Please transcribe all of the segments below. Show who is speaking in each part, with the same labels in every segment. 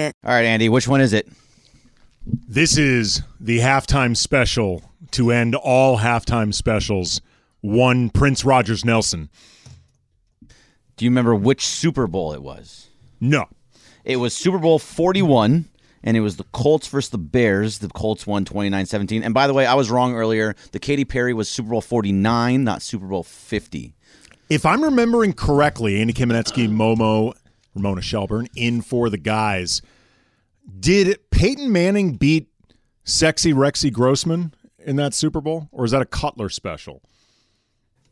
Speaker 1: All right, Andy, which one is it?
Speaker 2: This is the halftime special to end all halftime specials. One Prince Rogers Nelson.
Speaker 1: Do you remember which Super Bowl it was?
Speaker 2: No.
Speaker 1: It was Super Bowl 41, and it was the Colts versus the Bears. The Colts won 29 17. And by the way, I was wrong earlier. The Katy Perry was Super Bowl 49, not Super Bowl 50.
Speaker 2: If I'm remembering correctly, Andy Kamenetsky, Momo, Ramona Shelburne in for the guys. Did Peyton Manning beat sexy Rexy Grossman in that Super Bowl? Or is that a Cutler special?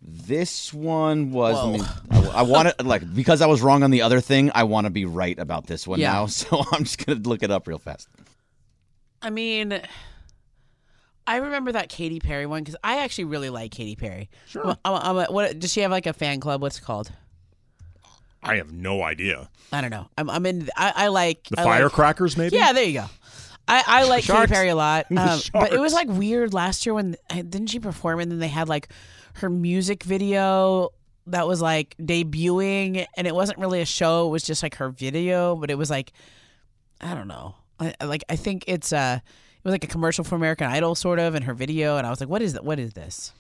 Speaker 1: This one was. I, mean, I, I want to, like, because I was wrong on the other thing, I want to be right about this one
Speaker 3: Yeah.
Speaker 1: now. So I'm just going to look it up real fast.
Speaker 3: I mean, I remember that Katy Perry one because I actually really like Katy Perry. Sure. I'm a, I'm a, what, does she have like a fan club? What's it called?
Speaker 2: I have no idea.
Speaker 3: I don't know. I'm, I'm in. I, I like
Speaker 2: The
Speaker 3: I like-
Speaker 2: firecrackers, maybe?
Speaker 3: Yeah, there you go. I, I like
Speaker 1: Sharks.
Speaker 3: Katy Perry a lot, um, but it
Speaker 2: Sharks.
Speaker 3: was like weird last year when eh, didn't she perform and then they had like her music video that was like debuting and it wasn't really a show. It was just like her video, but it was like I don't know. I, I like I think it's uh it was like a commercial for American Idol sort of and her video and I was like what is that what is this?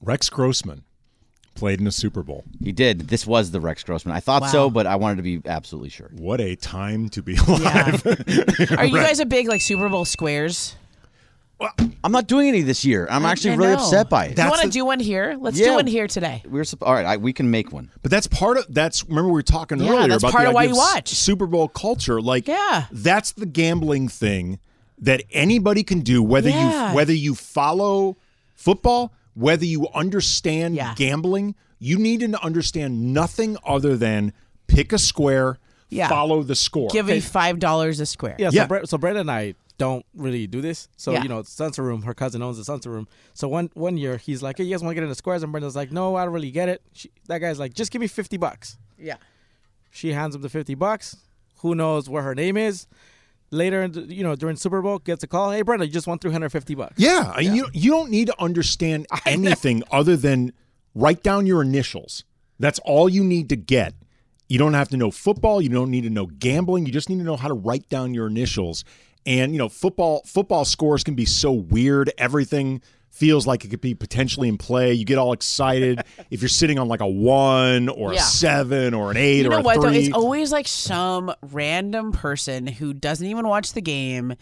Speaker 2: Rex Grossman played in a Super Bowl.
Speaker 1: He did. This was the Rex Grossman. I thought so, but I wanted to be absolutely sure.
Speaker 2: What a time to be alive.
Speaker 3: Um, Are you guys a big like Super Bowl squares?
Speaker 1: I'm not doing any this year. I'm actually
Speaker 3: I
Speaker 1: really
Speaker 3: know.
Speaker 1: upset by it.
Speaker 3: do you
Speaker 2: That's
Speaker 3: want to
Speaker 2: the-
Speaker 3: do one here? Let's
Speaker 1: Yeah.
Speaker 3: do one here today.
Speaker 1: We We're supp- all right. I, we can make one.
Speaker 2: But that's part of that's. Remember we were talking
Speaker 3: Yeah,
Speaker 2: earlier
Speaker 3: that's
Speaker 2: about
Speaker 3: part
Speaker 2: the
Speaker 3: of why
Speaker 2: idea
Speaker 3: you
Speaker 2: s-
Speaker 3: watch.
Speaker 2: Super Bowl culture. Like,
Speaker 3: Yeah.
Speaker 2: that's the gambling thing that anybody can do. Whether
Speaker 3: Yeah.
Speaker 2: you whether you follow football, whether you understand
Speaker 3: Yeah.
Speaker 2: gambling, you need to understand nothing other than pick a square,
Speaker 3: Yeah.
Speaker 2: follow the score.
Speaker 3: Give me five dollars a square.
Speaker 4: Yeah,
Speaker 2: Yeah.
Speaker 4: So, Bre- so Brenda and I don't really do this. So
Speaker 3: Yeah.
Speaker 4: you know, Sunset Room, her cousin owns the Sunset Room. So one one year he's like, "Hey, you guys want to get into squares?" And Brenda's like, "No, I don't really get it." She, that guy's like, "Just give me fifty bucks."
Speaker 3: Yeah.
Speaker 4: She hands him the fifty bucks. Who knows where her name is? Later, in the- you know, during Super Bowl, gets a call. Hey, Brenda, you just won three hundred fifty bucks.
Speaker 2: yeah, I- you you don't need to understand anything other than write down your initials. That's all you need to get. You don't have to know football. You don't need to know gambling. You just need to know how to write down your initials. And you know, football football scores can be so weird. Everything feels like it could be potentially in play. You get all excited if you're sitting on like a one or a
Speaker 3: Yeah.
Speaker 2: seven or an eight
Speaker 3: You
Speaker 2: or
Speaker 3: know
Speaker 2: a
Speaker 3: what
Speaker 2: three.
Speaker 3: though? It's always like some random person who doesn't even watch the game.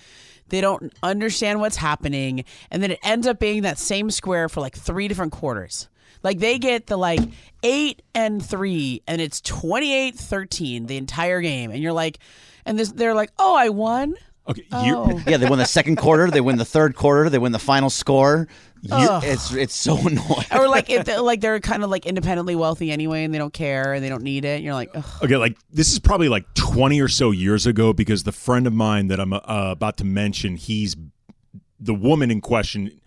Speaker 3: They don't understand what's happening, and then it ends up being that same square for like three different quarters. Like they get the like eight and three, and it's 28-13 the entire game, and you're like, and this they're like, oh, I won.
Speaker 2: okay, you-
Speaker 3: Oh.
Speaker 1: Yeah, they win the second quarter. They win the third quarter. They win the final score. You- it's it's so annoying.
Speaker 3: Or like if they're, like they're kind of like independently wealthy anyway, and they don't care and they don't need it. And you're like, Ugh.
Speaker 2: Okay, like this is probably like 20 or so years ago because the friend of mine that I'm uh, about to mention, he's the woman in question,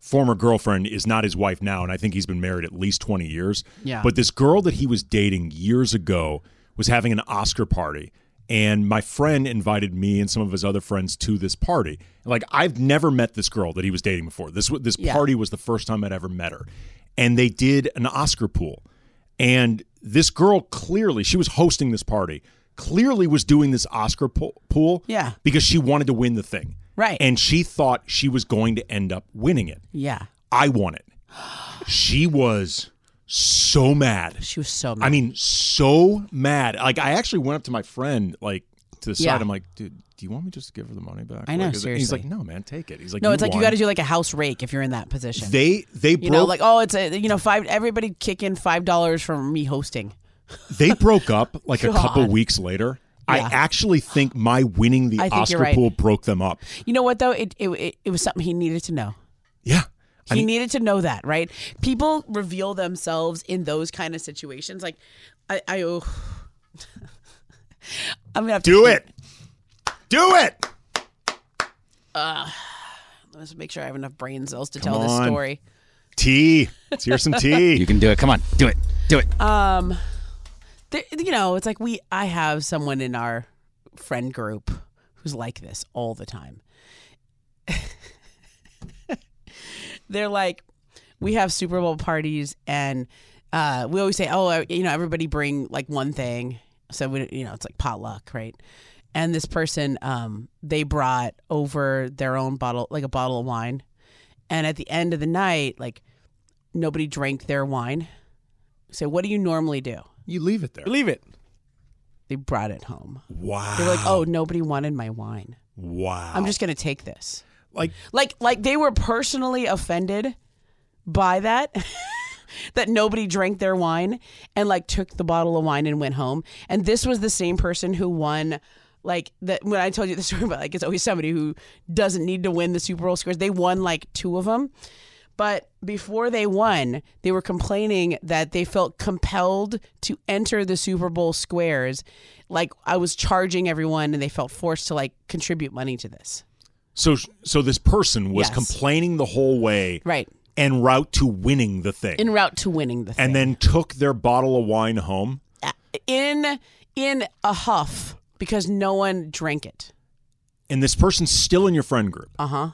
Speaker 2: former girlfriend, is not his wife now. And I think he's been married at least 20 years.
Speaker 3: Yeah.
Speaker 2: But this girl that he was dating years ago was having an Oscar party. And my friend invited me and some of his other friends to this party. Like I've never met this girl that he was dating before. This w- this
Speaker 3: Yeah.
Speaker 2: party was the first time I'd ever met her. And they did an Oscar pool. And this girl clearly, she was hosting this party, clearly was doing this Oscar pool, pool
Speaker 3: Yeah.
Speaker 2: because she wanted to win the thing.
Speaker 3: Right.
Speaker 2: And she thought she was going to end up winning it.
Speaker 3: yeah,
Speaker 2: I won it. She was so mad.
Speaker 3: she was so. Mad.
Speaker 2: I mean, so mad. Like, I actually went up to my friend, like, to the side.
Speaker 3: Yeah.
Speaker 2: I'm like, dude, do you want me just to give her the money back?
Speaker 3: I know,
Speaker 2: Like, is it-" He's
Speaker 3: seriously.
Speaker 2: like, no, man, take it. He's like,
Speaker 3: no, it's like you got to
Speaker 2: won."
Speaker 3: do like a house rake if you're in that position.
Speaker 2: They they broke
Speaker 3: You know, like oh, it's a you know five. Everybody kick in five dollars from me hosting.
Speaker 2: they broke up like a couple
Speaker 3: God.
Speaker 2: weeks later. I
Speaker 3: Yeah.
Speaker 2: actually think my winning the
Speaker 3: I think
Speaker 2: Oscar
Speaker 3: you're right.
Speaker 2: pool broke them up.
Speaker 3: You know what though? It it, it, it was something he needed to know.
Speaker 2: Yeah.
Speaker 3: He needed to know that, right? People reveal themselves in those kind of situations. Like, I, I oh, I'm gonna have to
Speaker 2: Do it. Do it.
Speaker 3: Let's make sure I have enough brain cells to tell this
Speaker 2: on.
Speaker 3: story.
Speaker 2: Tea. Let's hear some
Speaker 1: You
Speaker 2: tea.
Speaker 1: can do it. Come on, do it, do it.
Speaker 3: Um, There, you know, it's like we. I have someone in our friend group who's like this all the time. They're like, we have Super Bowl parties, and uh, we always say, oh, uh, you know, everybody bring like one thing. So we, you know, it's like potluck, right? And this person, um, they brought over their own bottle, like a bottle of wine, and at the end of the night, like nobody drank their wine. So what do you normally do?
Speaker 2: you leave it there.
Speaker 4: Leave it.
Speaker 3: They brought it home.
Speaker 2: Wow.
Speaker 3: They were like, "Oh, nobody wanted my wine.
Speaker 2: wow.
Speaker 3: I'm just going to take this."
Speaker 2: like
Speaker 3: Like like they were personally offended by that that nobody drank their wine and like took the bottle of wine and went home. And this was the same person who won like that when I told you the story about like it's always somebody who doesn't need to win the Super Bowl scores. They won like two of them. But before they won, they were complaining that they felt compelled to enter the Super Bowl squares. Like I was charging everyone and they felt forced to like contribute money to this.
Speaker 2: so. So this person was
Speaker 3: Yes.
Speaker 2: complaining the whole way,
Speaker 3: Right.
Speaker 2: en route to winning the thing,
Speaker 3: En route to winning the thing.
Speaker 2: and then took their bottle of wine home.
Speaker 3: in in a huff because no one drank it.
Speaker 2: And this person's still in your friend group.
Speaker 3: Uh huh.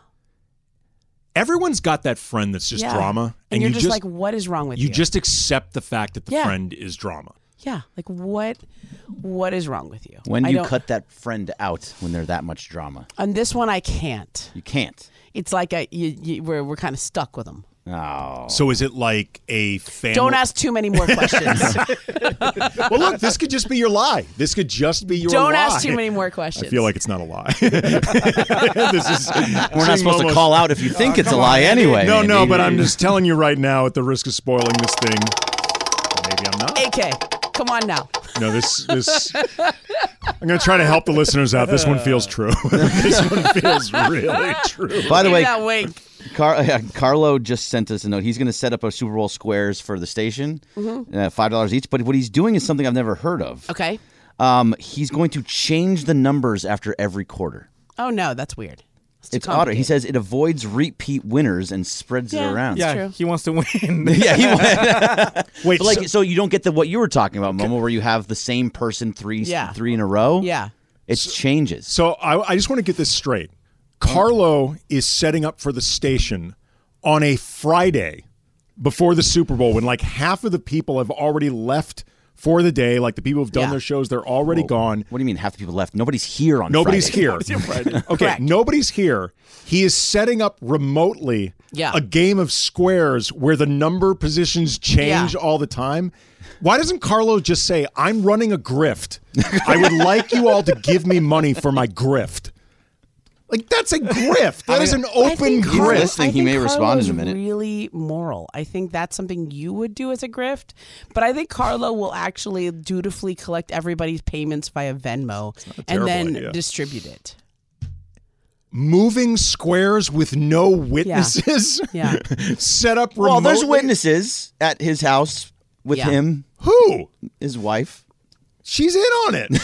Speaker 2: Everyone's got that friend that's just drama,
Speaker 3: And, you're just, like, what is wrong with you?
Speaker 2: you just accept the fact that the
Speaker 3: Yeah.
Speaker 2: friend is drama.
Speaker 3: yeah, like what what is wrong with you?
Speaker 1: When do
Speaker 3: I
Speaker 1: you
Speaker 3: don't-
Speaker 1: cut that friend out when there's that much drama?
Speaker 3: on this one, I can't.
Speaker 1: You can't.
Speaker 3: It's like a you, you, we're we're kind of stuck with them.
Speaker 1: Oh,
Speaker 2: So is it like a family?
Speaker 3: Don't ask too many more questions.
Speaker 2: Well, look, this could just be your lie. This could just be your
Speaker 3: Don't
Speaker 2: lie.
Speaker 3: ask too many more questions.
Speaker 2: I feel like it's not a lie. this is
Speaker 1: we're not supposed to call out if you think it's a lie anyway.
Speaker 2: No, no,
Speaker 1: Andy.
Speaker 2: but I'm just telling you right now, at the risk of spoiling this thing. Maybe I'm not.
Speaker 3: AK, come on now.
Speaker 2: No, this this. I'm gonna try to help the listeners out. This one feels true. this one feels really true.
Speaker 1: By the
Speaker 3: Give
Speaker 1: way,
Speaker 3: that wink.
Speaker 1: Car- uh, yeah, Carlo just sent us a note. He's going to set up a Super Bowl squares for the station, uh, five dollars each. But what he's doing is something I've never heard of.
Speaker 3: Mm-hmm. Okay.
Speaker 1: Um, he's going to change the numbers after every quarter.
Speaker 3: Oh no, that's weird. That's too
Speaker 1: It's odd. He
Speaker 3: complicated.
Speaker 1: says it avoids repeat winners and spreads
Speaker 3: Yeah,
Speaker 1: it around.
Speaker 3: That's
Speaker 4: yeah,
Speaker 3: true.
Speaker 4: he wants to win.
Speaker 1: yeah. He went.
Speaker 2: Wait,
Speaker 1: But like,
Speaker 2: so-
Speaker 1: so, you don't get the what you were talking about, Momo, where you have the same person three
Speaker 3: Yeah.
Speaker 1: three in a row.
Speaker 3: Yeah.
Speaker 1: it changes.
Speaker 2: So I, I just want to get this straight. Carlo is setting up for the station on a Friday before the Super Bowl when like half of the people have already left for the day. Like the people who've done
Speaker 3: Yeah.
Speaker 2: their shows, they're already gone.
Speaker 1: What do you mean? Half the people left. Nobody's here on.
Speaker 2: Nobody's
Speaker 1: Friday.
Speaker 2: here. okay,
Speaker 3: Correct.
Speaker 2: nobody's here. He is setting up remotely
Speaker 3: Yeah.
Speaker 2: a game of squares where the number positions change
Speaker 3: Yeah.
Speaker 2: all the time. Why doesn't Carlo just say, I'm running a grift? I would like you all to give me money for my grift. Like, that's a grift. That is an open
Speaker 1: He's Carlo-
Speaker 2: grift.
Speaker 1: listening.
Speaker 3: I
Speaker 1: He
Speaker 3: think
Speaker 1: may respond in a
Speaker 3: Carlo's
Speaker 1: minute.
Speaker 3: Really moral. I think that's something you would do as a grift, but I think Carlo will actually dutifully collect everybody's payments via Venmo and
Speaker 2: terrible
Speaker 3: then
Speaker 2: idea.
Speaker 3: distribute it.
Speaker 2: Moving squares with no witnesses.
Speaker 3: Yeah.
Speaker 2: Set up remotely.
Speaker 1: Well, there's witnesses at his house with
Speaker 3: Yeah.
Speaker 1: him,
Speaker 2: Who?
Speaker 1: his wife.
Speaker 2: She's in on it.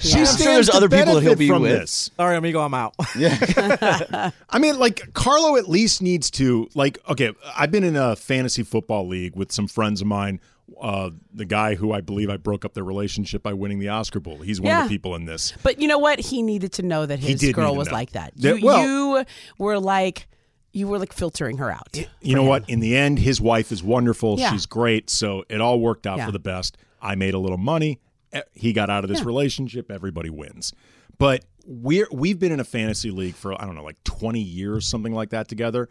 Speaker 1: I'm
Speaker 2: she, she
Speaker 1: sure there's
Speaker 2: stands to
Speaker 1: other people that he'll
Speaker 2: benefit
Speaker 1: be
Speaker 2: from
Speaker 1: with.
Speaker 2: This.
Speaker 4: Sorry, amigo, I'm out.
Speaker 2: I mean, like Carlo at least needs to like. Okay, I've been in a fantasy football league with some friends of mine. Uh, the guy who I believe I broke up their relationship by winning the Oscar Bowl. He's one
Speaker 3: Yeah.
Speaker 2: of the people in this.
Speaker 3: But you know what? He needed to know that his
Speaker 2: did need
Speaker 3: girl
Speaker 2: to
Speaker 3: was
Speaker 2: know.
Speaker 3: like that.
Speaker 2: Yeah,
Speaker 3: You,
Speaker 2: well-
Speaker 3: you were like, you were like filtering her out.
Speaker 2: You know what? In the end, his wife is wonderful.
Speaker 3: Yeah.
Speaker 2: She's great. So it all worked out
Speaker 3: Yeah.
Speaker 2: for the best. I made a little money. Eh, He got out of this relationship. Everybody wins. But we're we've been in a fantasy league for I don't know like 20 years, something like that together.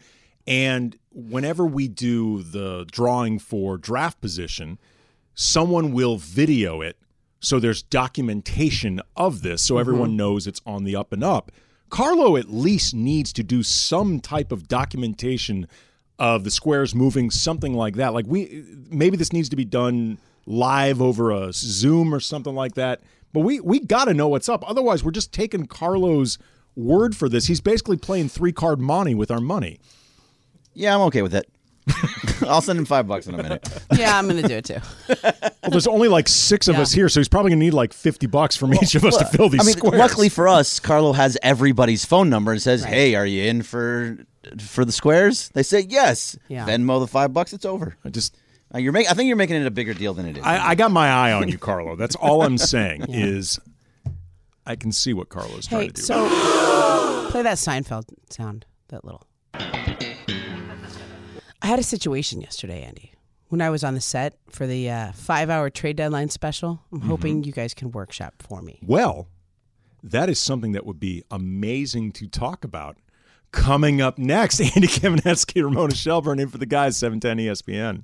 Speaker 2: And whenever we do the drawing for draft position, someone will video it so there's documentation of this
Speaker 1: Mm-hmm.
Speaker 2: so everyone knows it's on the up and up carlo at least needs to do some type of documentation of the squares moving something like that like we maybe this needs to be done live over a zoom or something like that but we we got to know what's up otherwise we're just taking carlo's word for this he's basically playing three card monty with our money
Speaker 1: Yeah, I'm okay with it. I'll send him five bucks in a minute.
Speaker 3: Yeah, I'm gonna do it too.
Speaker 2: Well, there's only like six of
Speaker 3: Yeah.
Speaker 2: us here, so he's probably gonna need like fifty bucks from each of us to fill these
Speaker 1: I mean,
Speaker 2: squares.
Speaker 1: luckily for us, Carlo has everybody's phone number and says, "Hey, are you in for for the squares?" They say yes.
Speaker 3: Yeah.
Speaker 1: Venmo the five bucks. It's over.
Speaker 2: I just
Speaker 1: Uh, You're make, I think you're making it a bigger deal than it is.
Speaker 2: I, I got my eye on you, Carlo. That's all I'm saying is I can see what Carlo's trying
Speaker 3: Hey,
Speaker 2: to do.
Speaker 3: so play that Seinfeld sound, that little. I had a situation yesterday, Andy, when I was on the set for the uh, five-hour trade deadline special. I'm hoping you guys can workshop for me.
Speaker 2: well, that is something that would be amazing to talk about. Coming up next, Andy Kamenetsky, Ramona Shelburne in for the guys, E 710 ESPN.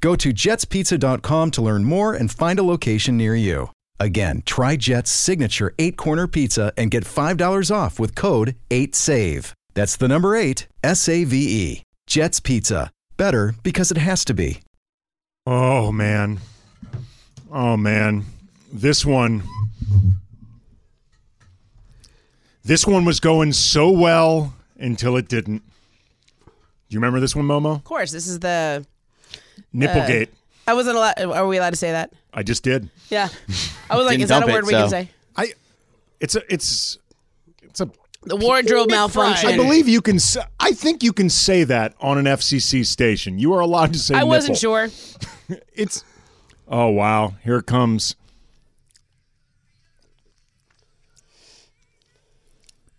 Speaker 5: Go to jetspizza.com to learn more and find a location near you. Again, try Jet's signature eight corner pizza and get $5 off with code 8SAVE. That's the number eight, S A V E. Jet's Pizza. Better because it has to be.
Speaker 2: Oh man. Oh man. This one This one was going so well until it didn't. Do you remember this one, Momo?
Speaker 3: Of course, this is the.
Speaker 2: Nipplegate.
Speaker 3: I wasn't allowed. Are we allowed to say that?
Speaker 2: I just did.
Speaker 3: Yeah, I was like,
Speaker 1: Didn't
Speaker 3: is that a
Speaker 1: dump
Speaker 3: word
Speaker 1: it,
Speaker 3: we can
Speaker 1: so-
Speaker 3: say?
Speaker 2: I it's a it's it's a
Speaker 3: The wardrobe malfunction.
Speaker 2: I believe you can s- I think you can say that on an FCC station. You are allowed to say
Speaker 3: I wasn't
Speaker 2: nipple.
Speaker 3: sure.
Speaker 2: It's Oh wow, here it comes.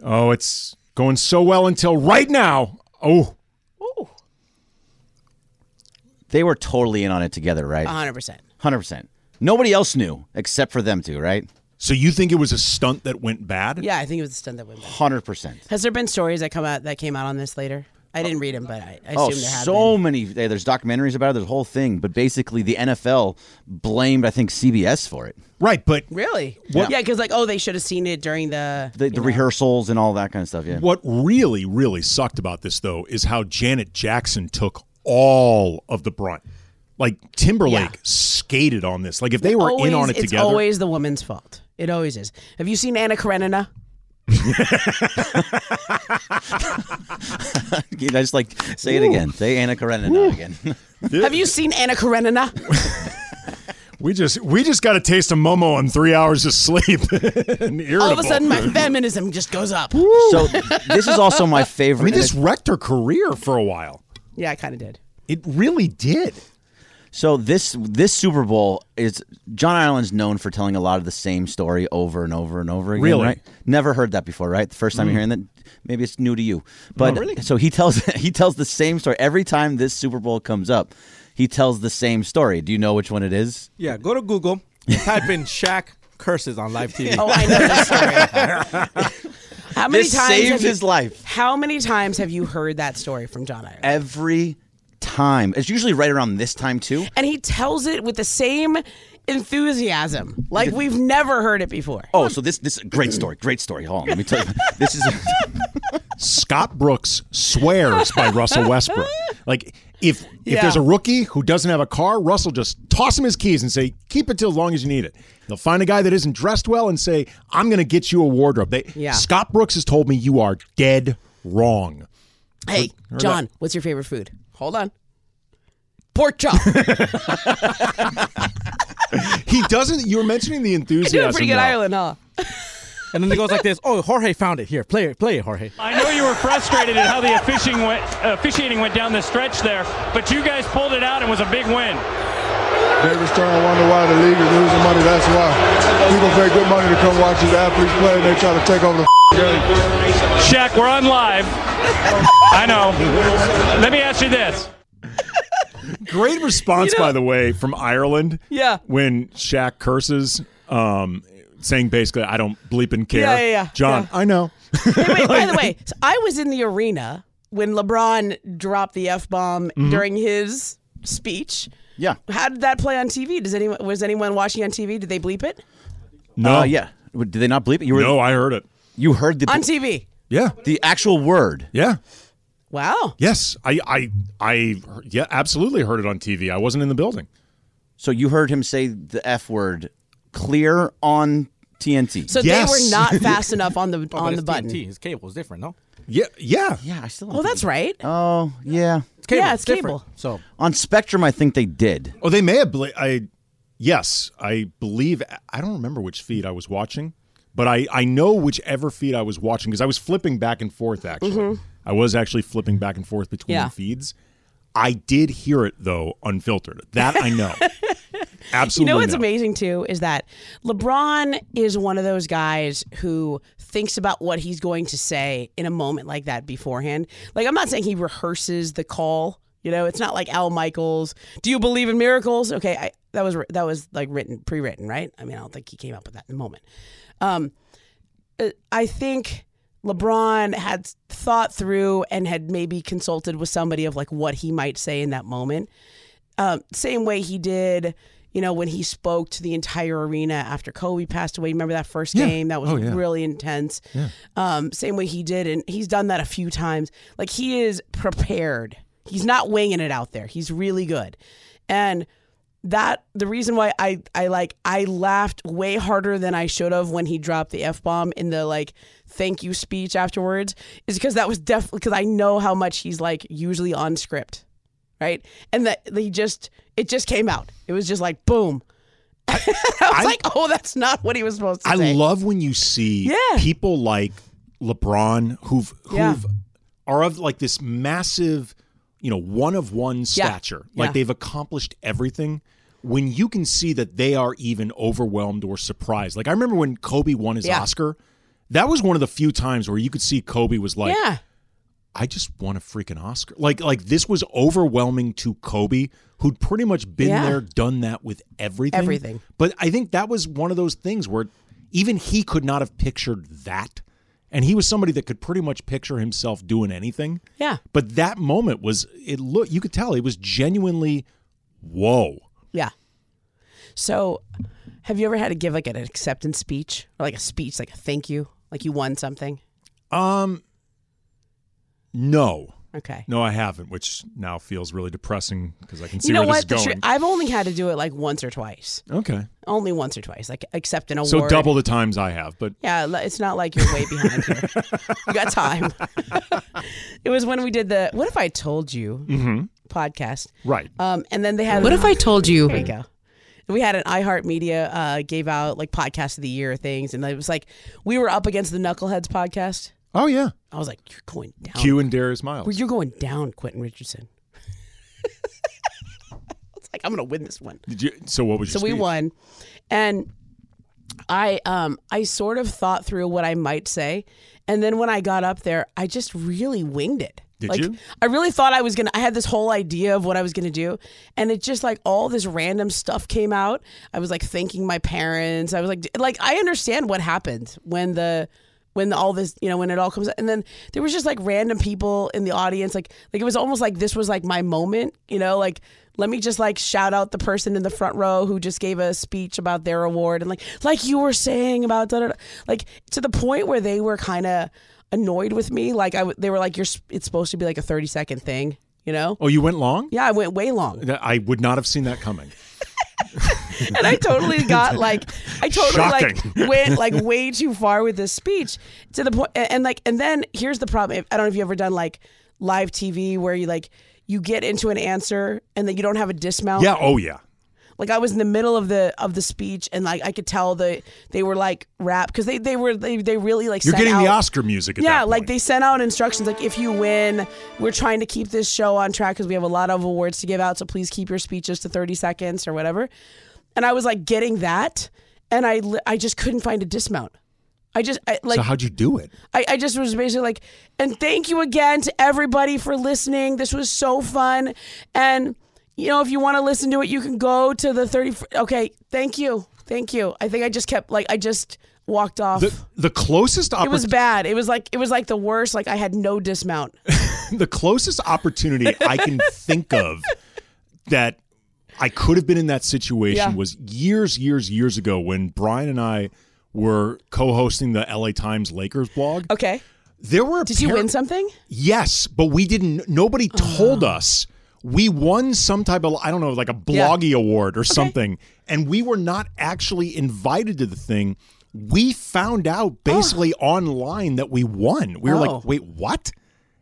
Speaker 2: Oh, it's going so well until right now. Oh,
Speaker 1: they were totally in on it together, right?
Speaker 3: 100. percent
Speaker 1: Hundred percent. Nobody else knew except for them two, right?
Speaker 2: so you think it was a stunt that went bad?
Speaker 3: Yeah, I think it was the stunt that went. back.
Speaker 1: Hundred percent.
Speaker 3: Has there been stories that come out that came out on this later? I didn't read them, but I, I assume
Speaker 1: Oh,
Speaker 3: there have
Speaker 1: so many. yeah, There's documentaries about it. There's a whole thing. But basically, the NFL blamed, I think, CBS for it.
Speaker 2: Right, but
Speaker 3: been. Really?
Speaker 2: What-
Speaker 3: Yeah, because like, oh, they should have seen it during the.
Speaker 1: The, the rehearsals and all that kind of stuff. Yeah.
Speaker 2: what really, really sucked about this though is how Janet Jackson took all of the brunt. Like Timberlake
Speaker 3: Yeah.
Speaker 2: skated on this. Like if they were
Speaker 3: always,
Speaker 2: in on it
Speaker 3: it's
Speaker 2: together.
Speaker 3: always the woman's fault. It always is. Have you seen Anna Karenina?
Speaker 1: I just like say it again. Say Anna Karenina again.
Speaker 3: Have you seen Anna Karenina?
Speaker 2: we just we just got a taste of Momo on three hours of sleep. and
Speaker 3: All of a
Speaker 2: irritable.
Speaker 3: sudden, my feminism just goes up.
Speaker 1: so this is also my
Speaker 2: I
Speaker 1: favorite.
Speaker 2: mean, this wrecked her career for a while.
Speaker 3: Yeah, I kind of did.
Speaker 2: It really did.
Speaker 1: So this this Super Bowl is John Ireland's known for telling a lot of the same story over and over and over again.
Speaker 2: Really?
Speaker 1: Right? Never heard that before, right? The first time you're hearing that, maybe it's new to you. But so he tells he tells the same story every time this Super Bowl comes up. He tells the same story. Do you know which one it is?
Speaker 4: Yeah, go to Google, and type in Shaq curses on live TV.
Speaker 3: Oh, I know this story. How many
Speaker 1: This
Speaker 3: times
Speaker 1: saved
Speaker 3: have you-
Speaker 1: his life.
Speaker 3: How many times have you heard that story from John Ireland?
Speaker 1: Every time. It's usually right around this time too.
Speaker 3: And he tells it with the same enthusiasm, like we've never heard it before.
Speaker 1: Oh, so this this great story, great story. Hold on, let me tell you. This is
Speaker 2: Scott Brooks swears by Russell Westbrook. Like if if
Speaker 3: Yeah.
Speaker 2: there's a rookie who doesn't have a car, Russell just toss him his keys and say, "Keep it till as long as you need it." They'll find a guy that isn't dressed well and say, "I'm going to get you a wardrobe." They,
Speaker 3: Yeah.
Speaker 2: Scott Brooks has told me you are dead wrong.
Speaker 3: Hey, John, what's your favorite food? Hold on. Pork chop. I
Speaker 2: He doesn't. You were mentioning the enthusiasm.
Speaker 3: do a pretty good
Speaker 2: though.
Speaker 3: Ireland, huh?
Speaker 4: And then it goes like this. Oh, Jorge found it. Here, play it, play it, Jorge.
Speaker 6: I know you were frustrated at how the officiating went, officiating went down the stretch there, but you guys pulled it out and was a big win.
Speaker 7: Davis Stern, I wonder why the league is losing money. That's why. People pay good money to come watch these athletes play, and they try to take over the game.
Speaker 8: Shaq, we're on live. I know. Let me ask you this.
Speaker 2: Great response, by the way, from Ireland.
Speaker 4: Yeah.
Speaker 2: When Shaq curses, um, saying basically, I don't bleep and care.
Speaker 4: Yeah, yeah, yeah.
Speaker 2: John, I know.
Speaker 3: Wait, by the way, so I was in the arena when LeBron dropped the f bomb during his speech.
Speaker 1: Yeah.
Speaker 3: How did that play on TV? Does anyone was anyone watching on TV? Did they bleep it
Speaker 2: No.
Speaker 1: Uh, yeah. Did they not bleep it? You were
Speaker 2: No, I heard it.
Speaker 1: you heard the
Speaker 3: on TV?
Speaker 2: Yeah.
Speaker 1: the actual word.
Speaker 2: Yeah.
Speaker 3: Wow.
Speaker 2: Yes. I, I, I, yeah, absolutely heard it on TV. I wasn't in the building.
Speaker 1: So you heard him say the F word clear on TNT.
Speaker 3: So
Speaker 2: Yes.
Speaker 3: they were not fast enough on the
Speaker 4: Oh, but
Speaker 3: on the
Speaker 4: it's
Speaker 3: button.
Speaker 4: TNT. His cable is different, no?
Speaker 2: Yeah. Yeah.
Speaker 1: yeah, I still. don't
Speaker 3: Well,
Speaker 1: think-
Speaker 3: that's right.
Speaker 1: Oh yeah.
Speaker 4: It's cable.
Speaker 3: Yeah, it's
Speaker 4: different.
Speaker 3: cable.
Speaker 4: So
Speaker 1: On Spectrum, I think they did.
Speaker 2: Oh, they may have. Ble- I yes, I believe. I don't remember which feed I was watching, but I I know whichever feed I was watching because I was flipping back and forth. Actually, I was actually flipping back and forth between
Speaker 3: Mm-hmm. Yeah.
Speaker 2: the feeds. I did hear it though, unfiltered. That I know.
Speaker 3: You
Speaker 2: Absolutely.
Speaker 3: know what's
Speaker 2: know.
Speaker 3: amazing too is that LeBron is one of those guys who thinks about what he's going to say in a moment like that beforehand. Like I'm not saying he rehearses the call. You know, it's not like Al Michaels. Do you believe in miracles? Okay, I, that was that was like written, pre-written, right? I mean, I don't think he came up with that in the moment. Um, uh, I think LeBron had thought through and had maybe consulted with somebody of like what he might say in that moment. Um, same way he did, you know, when he spoke to the entire arena after Kobe passed away. Remember that first game? That was really intense. Um, same way he did, and he's done that a few times. Like he is prepared. He's not winging it out there. He's really good, and that the reason why I I like I laughed way harder than I should have when he dropped the f bomb in the like thank you speech afterwards is because that was definitely because I know how much he's like usually on script, right? And that he just it just came out. It was just like boom. I, was
Speaker 2: I-
Speaker 3: like, oh, that's not what he was supposed to
Speaker 2: I
Speaker 3: say.
Speaker 2: love when you see
Speaker 3: Yeah.
Speaker 2: people like LeBron who've who've
Speaker 3: Yeah.
Speaker 2: are of like this massive, you know, one of one stature. Like
Speaker 3: Yeah.
Speaker 2: they've accomplished everything. When you can see that they are even overwhelmed or surprised. Like I remember when Kobe won his
Speaker 3: Yeah.
Speaker 2: Oscar. That was one of the few times where you could see Kobe was like,
Speaker 3: yeah,
Speaker 2: I just won a freaking Oscar. Like like this was overwhelming to Kobe, who'd pretty much been
Speaker 3: Yeah.
Speaker 2: there, done that with everything.
Speaker 3: Everything.
Speaker 2: But I think that was one of those things where even he could not have pictured that. And he was somebody that could pretty much picture himself doing anything.
Speaker 3: yeah,
Speaker 2: But that moment was it look you could tell it was genuinely whoa.
Speaker 3: yeah. So, have you ever had to give like an acceptance speech or like a speech, like a thank you, like you won something?
Speaker 2: Um no.
Speaker 3: Okay.
Speaker 2: No, I haven't, which now feels really depressing because I can see
Speaker 3: you know
Speaker 2: where
Speaker 3: what?
Speaker 2: this is
Speaker 3: The
Speaker 2: going.
Speaker 3: tru- I've only had to do it like once or twice.
Speaker 2: okay.
Speaker 3: Only once or twice, like accept an award.
Speaker 2: So double the times I have, but
Speaker 3: Yeah, l- it's not like you're way behind here. you got time. it was when we did the "What if I told you" podcast,
Speaker 2: Mm-hmm. right.
Speaker 3: um, and then they had
Speaker 9: What if I told you?
Speaker 3: There you go. We had an iHeartMedia uh, gave out like podcast of the year things, and it was like we were up against the Knuckleheads podcast.
Speaker 2: Oh yeah.
Speaker 3: I was like, "You're going down.
Speaker 2: Q and Darius Miles.
Speaker 3: Oh. Well, you're going down, Quentin Richardson." It's like I'm gonna win this one.
Speaker 2: Did you, so what was your
Speaker 3: so we
Speaker 2: speech?
Speaker 3: won and i um i sort of thought through what i might say and then when i got up there i just really winged it
Speaker 2: Did
Speaker 3: like,
Speaker 2: you?
Speaker 3: i really thought i was gonna i had this whole idea of what i was gonna do and it just like all this random stuff came out i was like thanking my parents i was like like i understand what happened when the when all this you know when it all comes and then there was just like random people in the audience like like it was almost like this was like my moment you know like let me just like shout out the person in the front row who just gave a speech about their award and like like you were saying about da, da, da. like to the point where they were kind of annoyed with me like i w- they were like you're s- it's supposed to be like a 30 second thing you know
Speaker 2: Oh, you went long.
Speaker 3: yeah i went way long
Speaker 2: That- I would not have seen that coming.
Speaker 3: and I totally got like I totally
Speaker 2: Shocking.
Speaker 3: like went like way too far with this speech to the point and, and like and then here's the problem I don't know if you ever done like live TV where you like you get into an answer and then you don't have a dismount
Speaker 2: Yeah. Oh yeah.
Speaker 3: like I was in the middle of the of the speech, and like I could tell the they were like rap because they they were they they really like
Speaker 2: You're
Speaker 3: sent
Speaker 2: getting the
Speaker 3: out-
Speaker 2: Oscar music at
Speaker 3: yeah,
Speaker 2: that point.
Speaker 3: like they sent out instructions like if you win, we're trying to keep this show on track because we have a lot of awards to give out, so please keep your speeches to 30 seconds or whatever. And I was like getting that and I li- I just couldn't find a dismount. I just I, like
Speaker 2: so how'd you do it?
Speaker 3: I, I just was basically like, and thank you again to everybody for listening. This was so fun. And, you know, if you want to listen to it, you can go to the 30. Okay. Thank you. Thank you. I think I just kept, like, I just walked off.
Speaker 2: The the closest
Speaker 3: it was
Speaker 2: opportunity
Speaker 3: bad. It was like, it was like the worst. Like, I had no dismount.
Speaker 2: the closest opportunity I can think of that I could have been in that situation
Speaker 3: Yeah.
Speaker 2: was years, years, years ago when Brian and I were co-hosting the LA Times Lakers blog.
Speaker 3: Okay.
Speaker 2: There were
Speaker 3: Oh, Did you
Speaker 2: appar-
Speaker 3: win something?
Speaker 2: Yes, but we didn't. Nobody
Speaker 3: Uh-huh.
Speaker 2: told us. We won some type of I don't know, like a bloggy award or something, and we were not actually invited to the thing. We found out basically online that we won. We were
Speaker 3: Oh.
Speaker 2: like, "Wait, what?"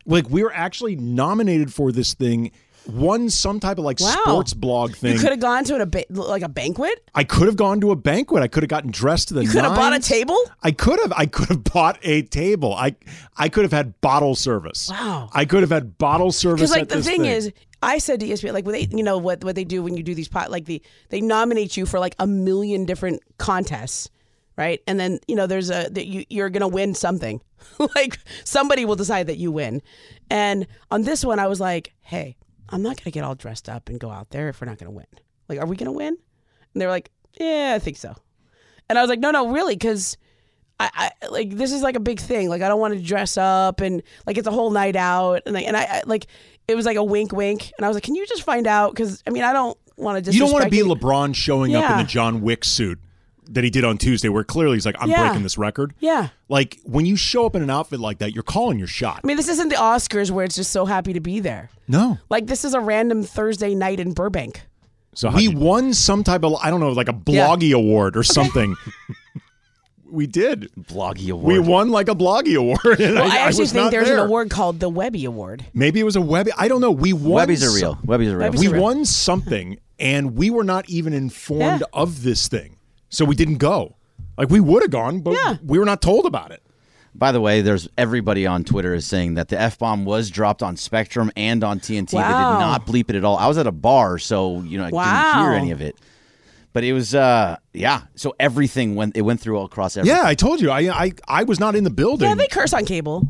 Speaker 2: Like we were actually nominated for this thing, won some type of like
Speaker 3: Wow.
Speaker 2: sports blog thing.
Speaker 3: You could have gone to an, a, like a banquet?
Speaker 2: I could have gone to a banquet. I could have gotten dressed to the.
Speaker 3: You could have bought a
Speaker 2: nines.
Speaker 3: table?
Speaker 2: I could have. I could have bought a table. I I could have had bottle service.
Speaker 3: Wow.
Speaker 2: I could have had bottle service.
Speaker 3: Because like
Speaker 2: at
Speaker 3: the
Speaker 2: this
Speaker 3: thing, is, I said to E ESPN, like, well, they, you know what what they do when you do these pot, like the they nominate you for like a million different contests, right? And then you know there's a that you you're gonna win something, like somebody will decide that you win. And on this one, I was like, hey, I'm not gonna get all dressed up and go out there if we're not gonna win. Like, are we gonna win? And they were like, yeah, I think so. And I was like, no, no, really, because I, I like this is like a big thing. Like I don't want to dress up and like it's a whole night out and like and I, I like it was like a wink, wink. And I was like, can you just find out? Because I mean, I don't want to.
Speaker 2: thing. You don't want to be LeBron showing up in
Speaker 3: Yeah.
Speaker 2: the John Wick suit that he did on Tuesday, where clearly he's like, "I'm
Speaker 3: Yeah.
Speaker 2: breaking this record."
Speaker 3: Yeah.
Speaker 2: Like when you show up in an outfit like that, you're calling your shot.
Speaker 3: I mean, this isn't the Oscars where it's just so happy to be there.
Speaker 2: no.
Speaker 3: Like this is a random Thursday night in Burbank.
Speaker 2: So we won some type of I don't know, like a bloggy award or something. we did.
Speaker 1: Bloggy award.
Speaker 2: We won like a bloggy award. and
Speaker 3: Well, I, actually
Speaker 2: was
Speaker 3: think
Speaker 2: not
Speaker 3: there's
Speaker 2: there.
Speaker 3: an award called the Webby Award.
Speaker 2: Maybe it was a Webby. I don't know. We won.
Speaker 1: Webbies are
Speaker 2: some-
Speaker 1: real. Webbies are real.
Speaker 3: Webbies
Speaker 2: we
Speaker 3: are real.
Speaker 2: won something and we were not even informed
Speaker 3: Yeah.
Speaker 2: of this thing. So we didn't go. Like we would have gone, but
Speaker 3: Yeah.
Speaker 2: we were not told about it.
Speaker 1: By the way, there's everybody on Twitter is saying that the f bomb was dropped on Spectrum and on TNT. They
Speaker 3: Wow.
Speaker 1: did not bleep it at all. I was at a bar, so you know I didn't hear
Speaker 3: Wow.
Speaker 1: any of it. But it was, uh yeah. So everything went it went through all across everything.
Speaker 2: Yeah, I told you. I I, I was not in the building.
Speaker 3: Yeah, they curse on cable.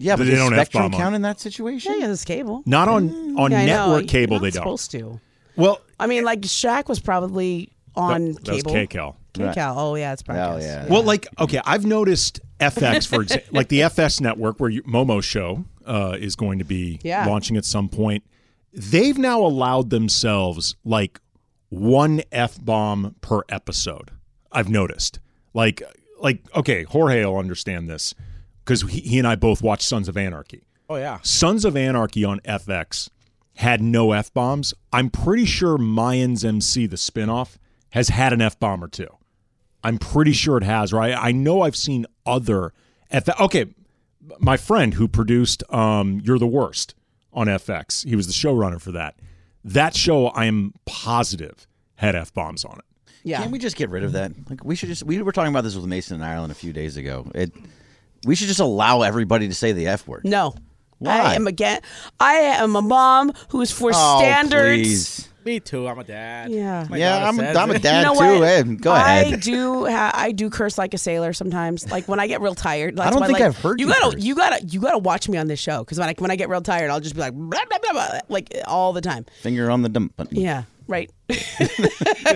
Speaker 1: yeah. But
Speaker 2: They
Speaker 1: does
Speaker 2: don't
Speaker 1: Spectrum
Speaker 2: F-bomb on.
Speaker 1: count in that situation?
Speaker 3: Yeah, yeah, this cable.
Speaker 2: not on on
Speaker 3: Mm, Yeah, I know.
Speaker 2: network
Speaker 3: You're
Speaker 2: cable.
Speaker 3: not
Speaker 2: They don't.
Speaker 3: Supposed to.
Speaker 2: Well,
Speaker 3: I mean, like Shaq was probably on
Speaker 2: that was
Speaker 3: cable.
Speaker 2: KCAL.
Speaker 3: KCAL. Oh yeah, it's broadcast.
Speaker 1: Oh yeah.
Speaker 2: Well, like okay, I've noticed FX for example, like the FX network where you, Momo show uh, is going to be
Speaker 3: Yeah.
Speaker 2: launching at some point. They've now allowed themselves like one f bomb per episode. I've noticed, like, like okay, Jorge will understand this because he, he and I both watched Sons of Anarchy.
Speaker 4: Oh yeah.
Speaker 2: Sons of Anarchy on FX had no F bombs. I'm pretty sure Mayans MC, the spinoff, has had an F bomb or two. I'm pretty sure it has, right? I know I've seen other F. Okay, my friend who produced um, You're the Worst on FX, he was the showrunner for that. That show, I am positive, had F bombs on it.
Speaker 3: Yeah.
Speaker 1: Can't we just get rid of that? Like we should just. We were talking about this with Mason in Ireland a few days ago. It. We should just allow everybody to say the f word.
Speaker 3: No.
Speaker 1: Why?
Speaker 3: I am again. I am a mom who is for
Speaker 1: Oh,
Speaker 3: standards.
Speaker 1: please.
Speaker 4: Me too. I'm a dad.
Speaker 3: Yeah.
Speaker 4: My
Speaker 1: Yeah,
Speaker 4: daughter
Speaker 1: I'm,
Speaker 4: says
Speaker 1: I'm a
Speaker 4: it.
Speaker 1: dad
Speaker 3: You know
Speaker 1: too.
Speaker 3: what?
Speaker 1: Hey, go
Speaker 3: I
Speaker 1: ahead.
Speaker 3: do. Ha- I do curse like a sailor sometimes. Like when I get real tired. That's
Speaker 1: don't
Speaker 3: when,
Speaker 1: think
Speaker 3: like,
Speaker 1: I've heard you
Speaker 3: gotta.
Speaker 1: curse.
Speaker 3: You gotta. You gotta watch me on this show because when I when I get real tired, I'll just be like blah blah blah, blah like all the time.
Speaker 1: Finger on the dump button.
Speaker 3: Yeah, right.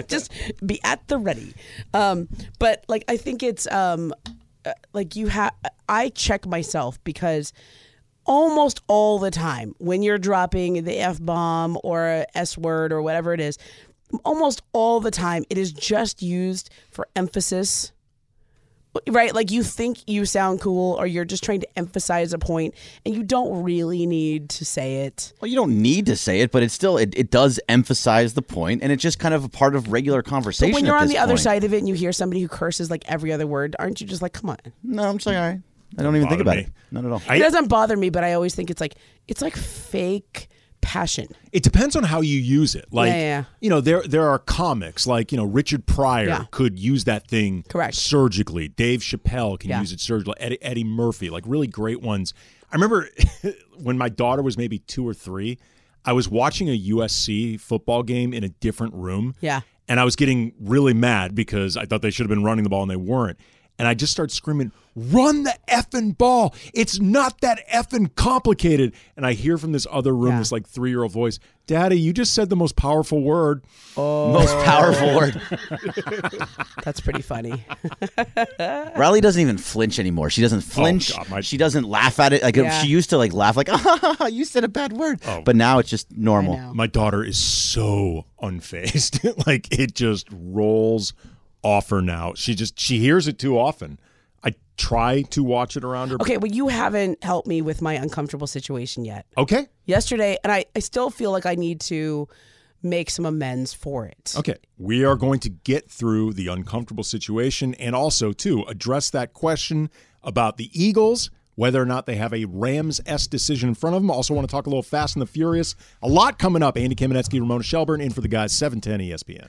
Speaker 3: Just be at the ready. Um, but like, I think it's um, uh, like you have. I check myself because almost all the time when you're dropping the f bomb or a s word or whatever it is, almost all the time it is just used for emphasis right like you think you sound cool or you're just trying to emphasize a point and you don't really need to say it
Speaker 1: Well, you don't need to say it, but it still it, it does emphasize the point, and it's just kind of a part of regular conversation.
Speaker 3: when
Speaker 1: at
Speaker 3: you're on
Speaker 1: this
Speaker 3: the other
Speaker 1: point.
Speaker 3: side of it and you hear somebody who curses like every other word, aren't you just like, come on?
Speaker 1: no, I'm just like, all right. I don't even think
Speaker 2: Bother
Speaker 1: about
Speaker 2: me.
Speaker 1: it. Not at all.
Speaker 3: It doesn't bother me, but I always think it's like it's like fake passion.
Speaker 2: It depends on how you use it. Like,
Speaker 3: Yeah, yeah.
Speaker 2: you know, there there are comics like you know Richard Pryor
Speaker 3: Yeah.
Speaker 2: could use that thing
Speaker 3: Correct.
Speaker 2: surgically. Dave Chappelle can
Speaker 3: Yeah.
Speaker 2: use it surgically. Eddie, Eddie Murphy, like really great ones. I remember when my daughter was maybe two or three, I was watching a USC football game in a different room.
Speaker 3: Yeah.
Speaker 2: And I was getting really mad because I thought they should have been running the ball and they weren't. And I just started screaming, run the effing ball. It's not that effing complicated. And I hear from this other room, this like three year old voice, Daddy, you just said the most powerful word.
Speaker 1: Most powerful word.
Speaker 3: That's pretty funny.
Speaker 1: Riley doesn't even flinch anymore. She doesn't flinch.
Speaker 2: Oh, God, my-
Speaker 1: she doesn't laugh at it. Like
Speaker 3: Yeah.
Speaker 1: she used to like laugh like, ah, you said a bad word.
Speaker 2: Oh.
Speaker 1: But now it's just normal.
Speaker 2: My daughter is so unfazed. like it just rolls off her now. She just, she hears it too often. I try to watch it around her.
Speaker 3: Okay, well, you haven't helped me with my uncomfortable situation yet.
Speaker 2: Okay.
Speaker 3: Yesterday, and I, I still feel like I need to make some amends for it.
Speaker 2: Okay, we are going to get through the uncomfortable situation and also to address that question about the Eagles, whether or not they have a Rams S decision in front of them. Also, want to talk a little Fast and the Furious. A lot coming up. Andy Kamenetsky, Ramona Shelburne, in for the guys. Seven ten E ESPN.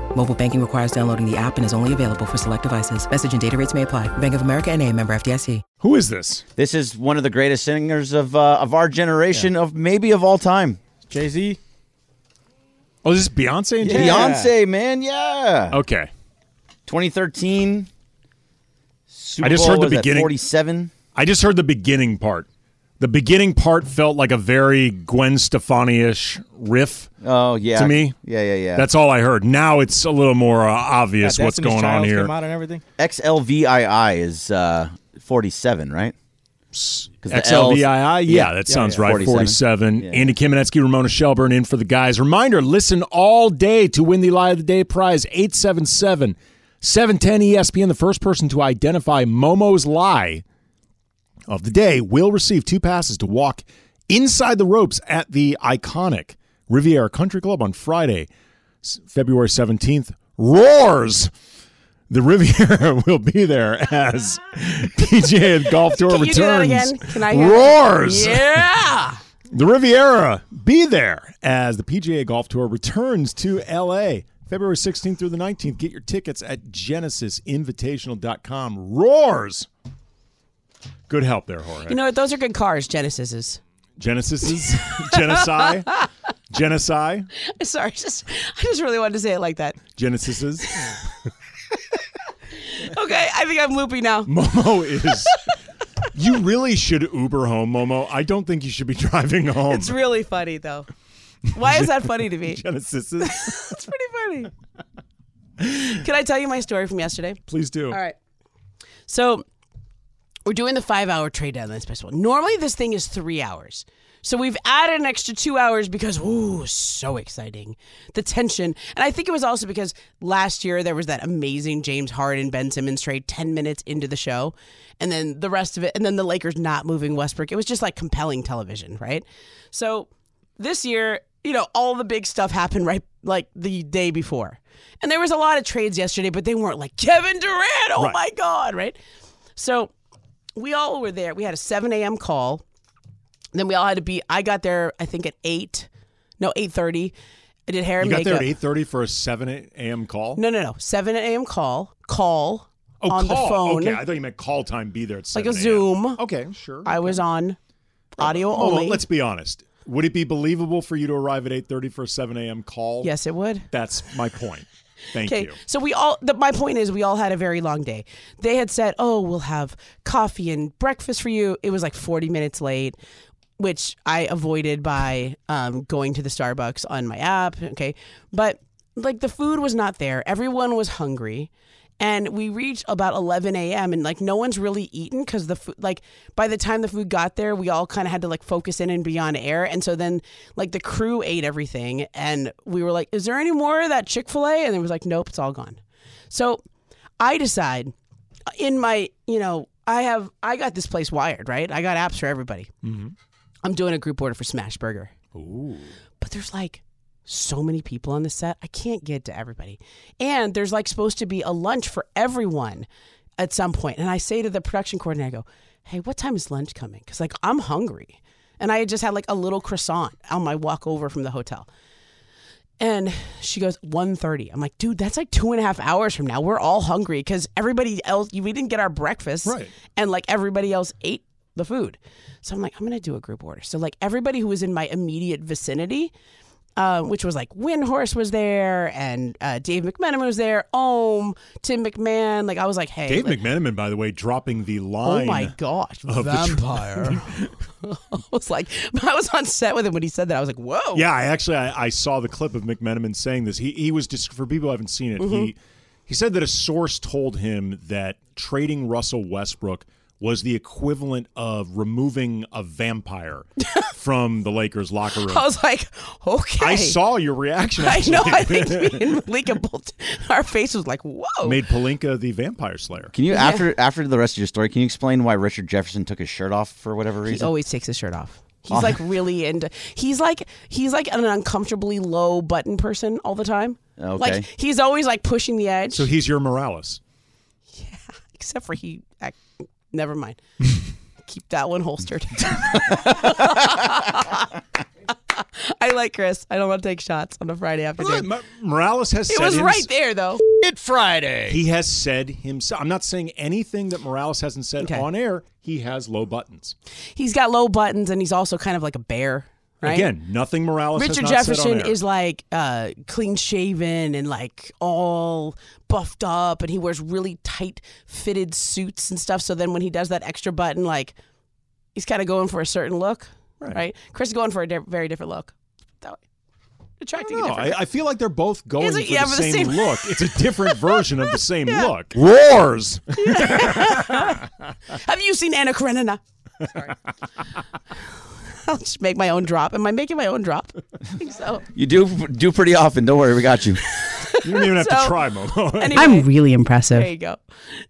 Speaker 10: Mobile banking requires downloading the app and is only available for select devices. Message and data rates may apply. Bank of America and a member FDIC.
Speaker 2: Who is this?
Speaker 1: This is one of the greatest singers of uh, of our generation, of maybe of all time.
Speaker 4: Jay Z.
Speaker 2: Oh, this is Beyonce and
Speaker 4: Yeah.
Speaker 1: Beyonce, man, yeah.
Speaker 2: Okay.
Speaker 1: 2013. Super
Speaker 2: I just
Speaker 1: Bowl
Speaker 2: heard the
Speaker 1: was at
Speaker 2: beginning.
Speaker 1: 47.
Speaker 2: I just heard the beginning part. The beginning part felt like a very Gwen Stefani ish riff.
Speaker 1: Oh yeah.
Speaker 2: To me?
Speaker 1: Yeah, yeah, yeah.
Speaker 2: That's all I heard. Now it's a little more uh, obvious what's
Speaker 4: Destiny's
Speaker 2: going on
Speaker 4: Childs
Speaker 2: here.
Speaker 4: Came out and everything.
Speaker 1: XLVII is uh, 47, right? 'Cause the L's-
Speaker 2: XLVII? Yeah, that sounds right. 47.
Speaker 1: 47. Yeah.
Speaker 2: Andy Kamenetsky, Ramona Shelburne in for the guys. Reminder listen all day to win the Lie of the Day prize 877 710 ESPN. The first person to identify Momo's lie of the day will receive two passes to walk inside the ropes at the iconic Riviera Country Club on Friday, S- February 17th. Roars! The Riviera will be there as PGA and Golf Tour
Speaker 3: Can you
Speaker 2: returns.
Speaker 3: do that again? Can I hear that?
Speaker 2: Roars!
Speaker 3: Yeah.
Speaker 2: The Riviera, be there as the PGA Golf Tour returns to LA February 16th through the 19th. Get your tickets at genesisinvitational.com. Roars! Good help there, Jorge.
Speaker 3: You know what? Those are good cars, Genesises.
Speaker 2: Genesis is Genocide. Genocide.
Speaker 3: Sorry, just I just really wanted to say it like that.
Speaker 2: Genesis is.
Speaker 3: Okay, I think I'm loopy now.
Speaker 2: Momo is. You really should Uber home, Momo. I don't think you should be driving home.
Speaker 3: It's really funny though. Why is that funny to me?
Speaker 2: Genesis is.
Speaker 3: It's pretty funny. Can I tell you my story from yesterday?
Speaker 2: Please do.
Speaker 3: All right. So we're doing the five hour trade deadline special. Normally this thing is three hours. So we've added an extra two hours because ooh, so exciting. The tension. And I think it was also because last year there was that amazing James Harden Ben Simmons trade ten minutes into the show. And then the rest of it and then the Lakers not moving Westbrook. It was just like compelling television, right? So this year, you know, all the big stuff happened right like the day before. And there was a lot of trades yesterday, but they weren't like Kevin Durant, oh
Speaker 2: Right.
Speaker 3: my God, right? So we all were there. We had a 7 a.m. call. Then we all had to be, I got there, I think at 8, no, 8.30. I did hair and
Speaker 2: You got
Speaker 3: makeup.
Speaker 2: there at 8.30 for a 7 a.m. call?
Speaker 3: No, no, no. 7 a.m. call, call
Speaker 2: Oh,
Speaker 3: on
Speaker 2: call.
Speaker 3: the phone.
Speaker 2: Okay, I thought you meant call time. Be there at 7
Speaker 3: Like a
Speaker 2: a.m..
Speaker 3: Zoom.
Speaker 2: Oh, Okay, sure.
Speaker 3: I was on audio
Speaker 2: Well,
Speaker 3: only.
Speaker 2: let's be honest. Would it be believable for you to arrive at 8.30 for a 7 a.m. call?
Speaker 3: yes, it would.
Speaker 2: That's my point. Thank
Speaker 3: Okay,
Speaker 2: you.
Speaker 3: so we all. The, my point is, we all had a very long day. They had said, "Oh, we'll have coffee and breakfast for you." It was like forty minutes late, which I avoided by um, going to the Starbucks on my app. Okay, but like the food was not there. Everyone was hungry. And we reached about 11 a.m. and like no one's really eaten because the food, like by the time the food got there, we all kind of had to like focus in and be on air. And so then like the crew ate everything and we were like, is there any more of that Chick fil A? And it was like, nope, it's all gone. So I decide uh, in my, you know, I have, I got this place wired, right? I got apps for everybody. I'm doing a group order for Smash Burger.
Speaker 2: Ooh.
Speaker 3: But there's like so many people on the set. I can't get to everybody. And there's like supposed to be a lunch for everyone at some point. And I say to the production coordinator, I go, hey, what time is lunch coming? Because like I'm hungry. And I had just had like a little croissant on my walk over from the hotel. And she goes, 1.30. I'm like, dude, that's like two and a half hours from now. We're all hungry because everybody else, we didn't get our breakfast. Right. And like everybody else ate the food. So I'm like, I'm going to do a group order. So like everybody who was in my immediate vicinity, uh, which was like Windhorse was there and uh, Dave McMenamin was there, Ohm, Tim McMahon. Like I was like, hey.
Speaker 2: Dave
Speaker 3: like-
Speaker 2: McMenamin, by the way, dropping the
Speaker 3: Oh
Speaker 2: line.
Speaker 3: my gosh,
Speaker 2: of the tr-
Speaker 3: vampire! I was like, I was on set with him when he said that. I was like, "Whoa!"
Speaker 2: Yeah, I actually I, I saw the clip of McMenamin saying this. He he was just for people who haven't seen it.
Speaker 3: Mhm.
Speaker 2: He he said that a source told him that trading Russell Westbrook was the equivalent of removing a vampire from the Lakers locker room.
Speaker 3: I was like, "Okay."
Speaker 2: I saw your reaction.
Speaker 3: I know. I
Speaker 2: actually.
Speaker 3: think me and Malika both, our face was like, "Whoa!"
Speaker 2: made Palinka the vampire slayer.
Speaker 1: Can you
Speaker 3: Yeah.
Speaker 1: after after the rest of your story? Can you explain why Richard Jefferson took his shirt off for whatever
Speaker 3: he
Speaker 1: reason?
Speaker 3: always takes his shirt off. He's
Speaker 1: Oh.
Speaker 3: like really into. He's like he's like an uncomfortably low button person all the time.
Speaker 2: Okay.
Speaker 3: Like he's always like pushing the edge.
Speaker 2: So he's your Morales.
Speaker 3: except for he. Act, never mind. Keep that one holstered. I like Chris. I don't want to take shots on a Friday afternoon.
Speaker 2: Morales has
Speaker 3: it
Speaker 2: said
Speaker 3: was
Speaker 2: hims-
Speaker 3: right there though.
Speaker 2: It Friday. He has said himself. I'm not saying anything that Morales hasn't said
Speaker 3: Okay.
Speaker 2: on air. He has low buttons.
Speaker 3: He's got low buttons and he's also kind of like a bear, right?
Speaker 2: Again, nothing Morales.
Speaker 3: Richard
Speaker 2: has not said on
Speaker 3: Jefferson
Speaker 2: air.
Speaker 3: is like uh, clean shaven and like all buffed up, and he wears really tight fitted suits and stuff. So then when he does that extra button, like he's kind of going for a certain look, right? Chris is going for a di- very different look. That way. Attracting a
Speaker 2: No,
Speaker 3: different.
Speaker 2: I, I feel like they're both going
Speaker 3: Is it-
Speaker 2: for
Speaker 3: yeah,
Speaker 2: the,
Speaker 3: for the
Speaker 2: same,
Speaker 3: same-
Speaker 2: look. It's a different version of the same look. Roars.
Speaker 3: Have you seen Anna Karenina? Sorry. I'll just make my own drop. Am I making my own drop? I think so.
Speaker 1: You do do pretty often. Don't worry, we got you.
Speaker 2: You
Speaker 3: don't even have to So, try,
Speaker 2: Momo.
Speaker 3: anyway.
Speaker 10: I'm really impressive.
Speaker 3: There you go.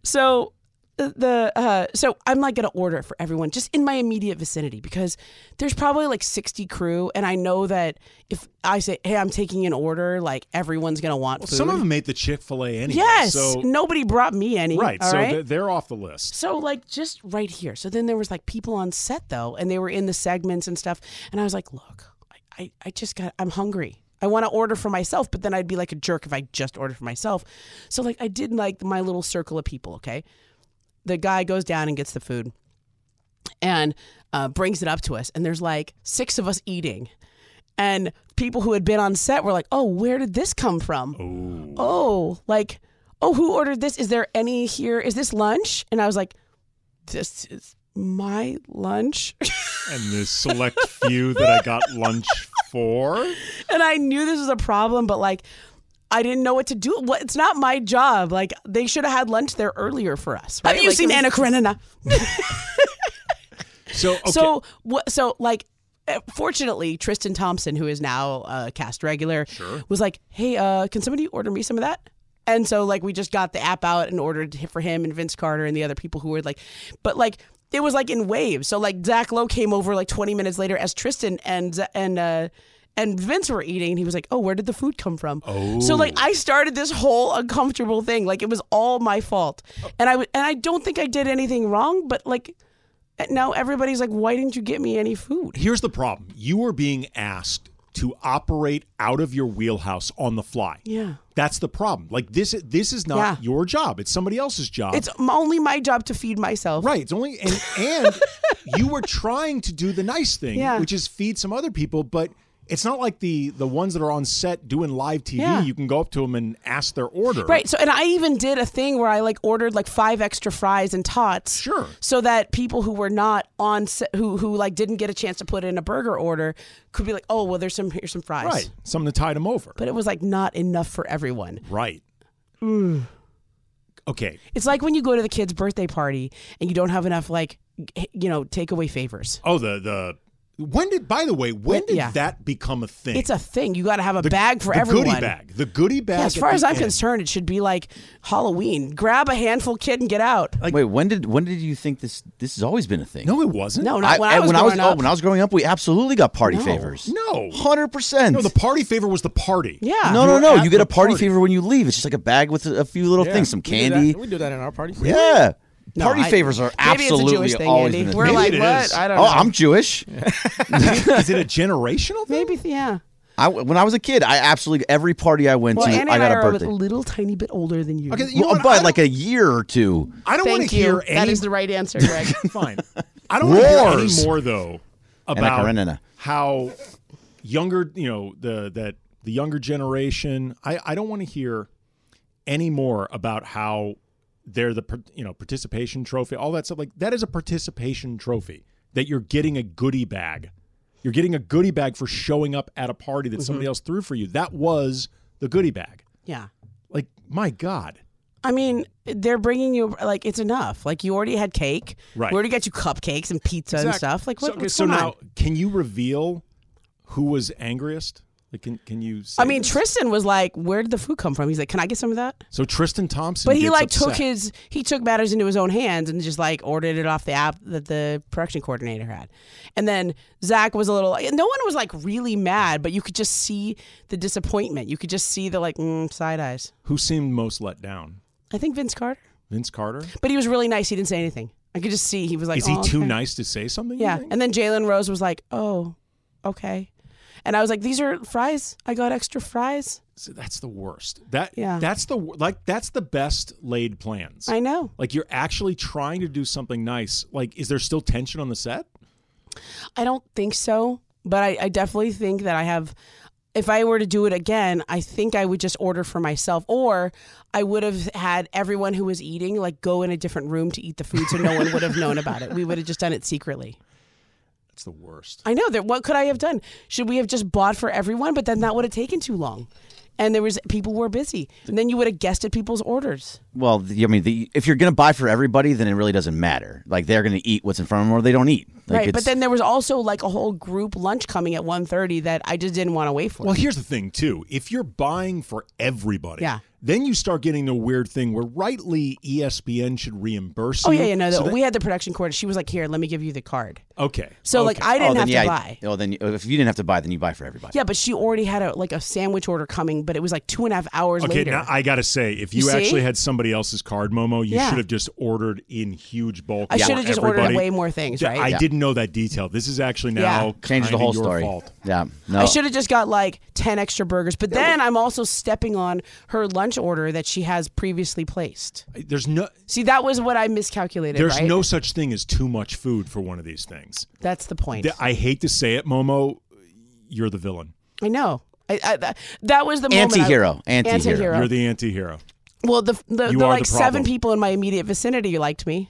Speaker 3: So uh, the uh, so I'm like gonna order it for everyone just in my immediate vicinity because there's probably like 60 crew, and I know that if I say, "Hey, I'm taking an order," like everyone's gonna want
Speaker 2: Well,
Speaker 3: food.
Speaker 2: some of them ate the Chick Fil A anyway.
Speaker 3: yes.
Speaker 2: So,
Speaker 3: nobody brought me any.
Speaker 2: right.
Speaker 3: all
Speaker 2: So
Speaker 3: right?
Speaker 2: they're, they're off the list.
Speaker 3: So like just right here. So then there was like people on set though, and they were in the segments and stuff. And I was like, look, I, I, I just got I'm hungry. I want to order for myself, but then I'd be like a jerk if I just ordered for myself. So like I did like my little circle of people, okay? The guy goes down and gets the food and uh, brings it up to us. And there's like six of us eating. And people who had been on set were like, oh, where did this come from? Oh, like, oh, who ordered this? Is there any here? Is this lunch? And I was like, this is my lunch.
Speaker 2: And the select few that I got lunch for.
Speaker 3: and I knew this was a problem, but like, I didn't know what to do. What, it's not my job. Like, they should have had lunch there earlier for us. Have you seen Anna Karenina?
Speaker 2: So okay.
Speaker 3: So what? So like, eh, fortunately, Tristan Thompson, who is now a cast regular, was like, "Hey, uh, can somebody order me some of that?" And so like, we just got the app out and ordered hi- for him and Vince Carter and the other people who were like, but like. It was like in waves. So like Zach Lowe came over like 20 minutes later as Tristan and Z- and uh, and Vince were eating, and he was like, "Oh, where did the food come from?" Oh. So like I started this whole uncomfortable thing. Like it was all my fault, and I w- and I don't think I did anything wrong, but like and now everybody's like, why didn't you get me any food?
Speaker 2: Here's the problem. You are being asked to operate out of your wheelhouse on the fly.
Speaker 3: Yeah.
Speaker 2: That's the problem. Like this this is not
Speaker 3: Yeah.
Speaker 2: your job. It's somebody else's job.
Speaker 3: It's m- only my job to feed myself.
Speaker 2: Right. It's only and and you were trying to do the nice thing,
Speaker 3: Yeah.
Speaker 2: which is feed some other people, but It's not like the the ones that are on set doing live TV.
Speaker 3: Yeah.
Speaker 2: You can go up to them and ask their order.
Speaker 3: Right. So, and I even did a thing where I like ordered like five extra fries and tots. Sure. So that people who were not on set, who who like didn't get a chance to put in a burger order could be like, oh well, there's some here's some fries.
Speaker 2: Right. Something to tide them over.
Speaker 3: But it was like not enough for everyone.
Speaker 2: Right. Okay.
Speaker 3: It's like when you go to the kid's birthday party and you don't have enough like g- you know takeaway favors.
Speaker 2: Oh, the the when did by the way when
Speaker 3: Wait,
Speaker 2: did
Speaker 3: yeah.
Speaker 2: that become a thing?
Speaker 3: It's a thing. You got to have a
Speaker 2: The-
Speaker 3: bag for
Speaker 2: the
Speaker 3: everyone.
Speaker 2: goodie bag. The goodie bag.
Speaker 3: Yeah, as
Speaker 2: at
Speaker 3: far
Speaker 2: the
Speaker 3: as I'm
Speaker 2: end.
Speaker 3: concerned, it should be like Halloween. Grab a handful, kid, and get out.
Speaker 1: Wait, when did when did you think this this has always been a thing?
Speaker 2: No, it wasn't.
Speaker 3: No, not when I was
Speaker 1: when
Speaker 3: growing
Speaker 1: I was oh,
Speaker 3: up.
Speaker 1: when I was growing up, we absolutely got party favors.
Speaker 2: No,
Speaker 1: hundred percent.
Speaker 2: No, the party favor was the party.
Speaker 3: Yeah.
Speaker 1: No, no,
Speaker 2: You're
Speaker 1: no.
Speaker 2: at
Speaker 1: You get
Speaker 2: the
Speaker 1: a party, favor when you leave. It's just like a bag with a, a few little
Speaker 4: Yeah,
Speaker 1: things, some
Speaker 4: we do that-
Speaker 1: candy.
Speaker 4: We do that in our parties.
Speaker 1: Yeah.
Speaker 4: No,
Speaker 1: Party
Speaker 4: I-
Speaker 1: favors are
Speaker 4: Maybe it's a
Speaker 1: absolutely
Speaker 4: Jewish thing,
Speaker 1: always
Speaker 4: Andy.
Speaker 1: been a
Speaker 4: We're
Speaker 1: thing.
Speaker 4: like, Maybe it what? is. I don't
Speaker 1: oh,
Speaker 4: know.
Speaker 1: I'm Jewish.
Speaker 2: is it a generational thing?
Speaker 3: Maybe, yeah.
Speaker 1: I, when I was a kid, I absolutely every party I went
Speaker 3: Well,
Speaker 1: to,
Speaker 3: Anna
Speaker 1: I
Speaker 3: and
Speaker 1: got
Speaker 3: I
Speaker 1: a
Speaker 3: are a
Speaker 1: birthday.
Speaker 3: little tiny bit older than you.
Speaker 2: Okay, you
Speaker 1: Well, but like a year or two.
Speaker 2: I don't want
Speaker 3: Thank
Speaker 2: to
Speaker 3: you.
Speaker 2: hear
Speaker 3: That
Speaker 2: any.
Speaker 3: is the right answer, Greg.
Speaker 2: Fine. I don't want to hear
Speaker 1: Roars.
Speaker 2: any more though
Speaker 1: Anna
Speaker 2: about
Speaker 1: Karenina.
Speaker 2: how younger you know the that the younger generation. I I don't want to hear any more about how they're the par- you know participation trophy, all that stuff. Like that is a participation trophy that you're getting a goodie bag. You're getting a goodie bag for showing up at a party that somebody else threw for you. That was the goodie bag.
Speaker 3: Yeah.
Speaker 2: Like my God.
Speaker 3: I mean, they're bringing you like it's enough. Like you already had cake.
Speaker 2: Right.
Speaker 3: We already got you cupcakes and pizza and
Speaker 2: Exact-
Speaker 3: stuff. Like what,
Speaker 2: so,
Speaker 3: what's
Speaker 2: so
Speaker 3: going
Speaker 2: now,
Speaker 3: on?
Speaker 2: can you reveal who was angriest? Like, can can you? Say
Speaker 3: I mean,
Speaker 2: this?
Speaker 3: Tristan was like, "Where did the food come from?" He's like, "Can I get some of that?"
Speaker 2: so Tristan Thompson,
Speaker 3: But he
Speaker 2: gets
Speaker 3: like took
Speaker 2: upset.
Speaker 3: his he took matters into his own hands and just like ordered it off the app that the production coordinator had, and then Zach was a little. No one was like really mad, but you could just see the disappointment. You could just see the like mm, side eyes.
Speaker 2: Who seemed most let down?
Speaker 3: I think Vince Carter,
Speaker 2: Vince Carter.
Speaker 3: but he was really nice. He didn't say anything. I could just see he was like,
Speaker 2: Is he
Speaker 3: "Oh,
Speaker 2: too
Speaker 3: okay."
Speaker 2: nice to say something? you
Speaker 3: Yeah.
Speaker 2: think?
Speaker 3: And then Jalen Rose was like, oh, okay. And I was like, these are fries. I got extra fries.
Speaker 2: So that's the worst. That
Speaker 3: Yeah.
Speaker 2: that's the wor- like that's the best laid plans.
Speaker 3: I know.
Speaker 2: Like you're actually trying to do something nice. Like, is there still tension on the set?
Speaker 3: I don't think so, but I, I definitely think that I have. If I were to do it again, I think I would just order for myself, or I would have had everyone who was eating like go in a different room to eat the food, so no one would have known about it. We would have just done it secretly.
Speaker 2: That's the worst.
Speaker 3: I know that. What could I have done? Should we have just bought for everyone? But then that would have taken too long, and there was people were busy, and then you would have guessed at people's orders.
Speaker 1: Well, the, I mean, the, if you're gonna buy for everybody, then it really doesn't matter. Like they're gonna eat what's in front of them, or they don't eat. Like,
Speaker 3: right,
Speaker 1: it's-
Speaker 3: but then there was also like a whole group lunch coming at 1.30 that I just didn't want to wait for.
Speaker 2: Well, here's the thing too. If you're buying for everybody,
Speaker 3: Yeah.
Speaker 2: then you start getting the weird thing where rightly E ESPN should reimburse
Speaker 3: oh
Speaker 2: you.
Speaker 3: yeah, yeah, no,
Speaker 2: So
Speaker 3: the-
Speaker 2: that-
Speaker 3: we had the production coordinator. She was like, "Here, let me give you the card."
Speaker 2: Okay.
Speaker 3: So like, I
Speaker 1: oh,
Speaker 3: didn't
Speaker 1: then,
Speaker 3: have
Speaker 1: yeah,
Speaker 3: to buy.
Speaker 1: Oh, then you- if you didn't have to buy, then you buy for everybody.
Speaker 3: Yeah, but she already had a like a sandwich order coming, but it was like two and a half hours
Speaker 2: Okay,
Speaker 3: later.
Speaker 2: now I gotta say, if
Speaker 3: You
Speaker 2: you,
Speaker 3: see?
Speaker 2: actually had somebody else's card, Momo, you
Speaker 3: Yeah.
Speaker 2: should have just ordered in huge bulk.
Speaker 3: I
Speaker 2: for
Speaker 3: should have just ordered
Speaker 2: everybody.
Speaker 3: way more things,
Speaker 2: D-
Speaker 3: right?
Speaker 2: I
Speaker 3: Yeah.
Speaker 2: didn't know that detail. This is actually now
Speaker 3: Yeah.
Speaker 1: Changes the
Speaker 2: kinda
Speaker 1: whole
Speaker 2: your
Speaker 1: story.
Speaker 2: Fault.
Speaker 1: Yeah, no.
Speaker 3: I should have just got like ten extra burgers, but then I'm also stepping on her lunch order that she has previously placed.
Speaker 2: There's no,
Speaker 3: See, that was what I miscalculated.
Speaker 2: there's
Speaker 3: right?
Speaker 2: no such thing as too much food for one of these things.
Speaker 3: That's the point.
Speaker 2: Th- I hate to say it, Momo, you're the villain.
Speaker 3: I know. I, I, that, that was the moment I-
Speaker 1: Anti-hero. Anti-hero.
Speaker 3: Anti-hero.
Speaker 2: You're the anti-hero.
Speaker 3: Well, the the,
Speaker 2: You
Speaker 3: the
Speaker 2: are the problem.
Speaker 3: like seven people in my immediate vicinity liked me,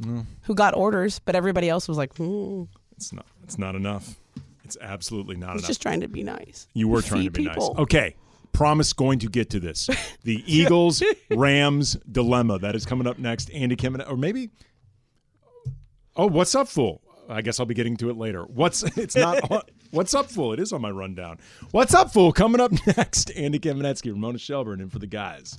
Speaker 1: Mm.
Speaker 3: who got orders, but everybody else was like, hmm,
Speaker 2: It's not. It's not enough. It's absolutely not
Speaker 3: I was
Speaker 2: enough.
Speaker 3: just trying to be nice.
Speaker 2: You were
Speaker 3: Feed
Speaker 2: trying to be
Speaker 3: people.
Speaker 2: nice. Okay. Promise going to get to this. The Eagles Rams dilemma that is coming up next. Andy Kim and- or maybe Oh, what's up, fool? I guess I'll be getting to it later. What's it's not on, what's up, fool? It is on my rundown. What's up, fool? Coming up next, Andy Kamenetsky, Ramona Shelburne, and for the guys.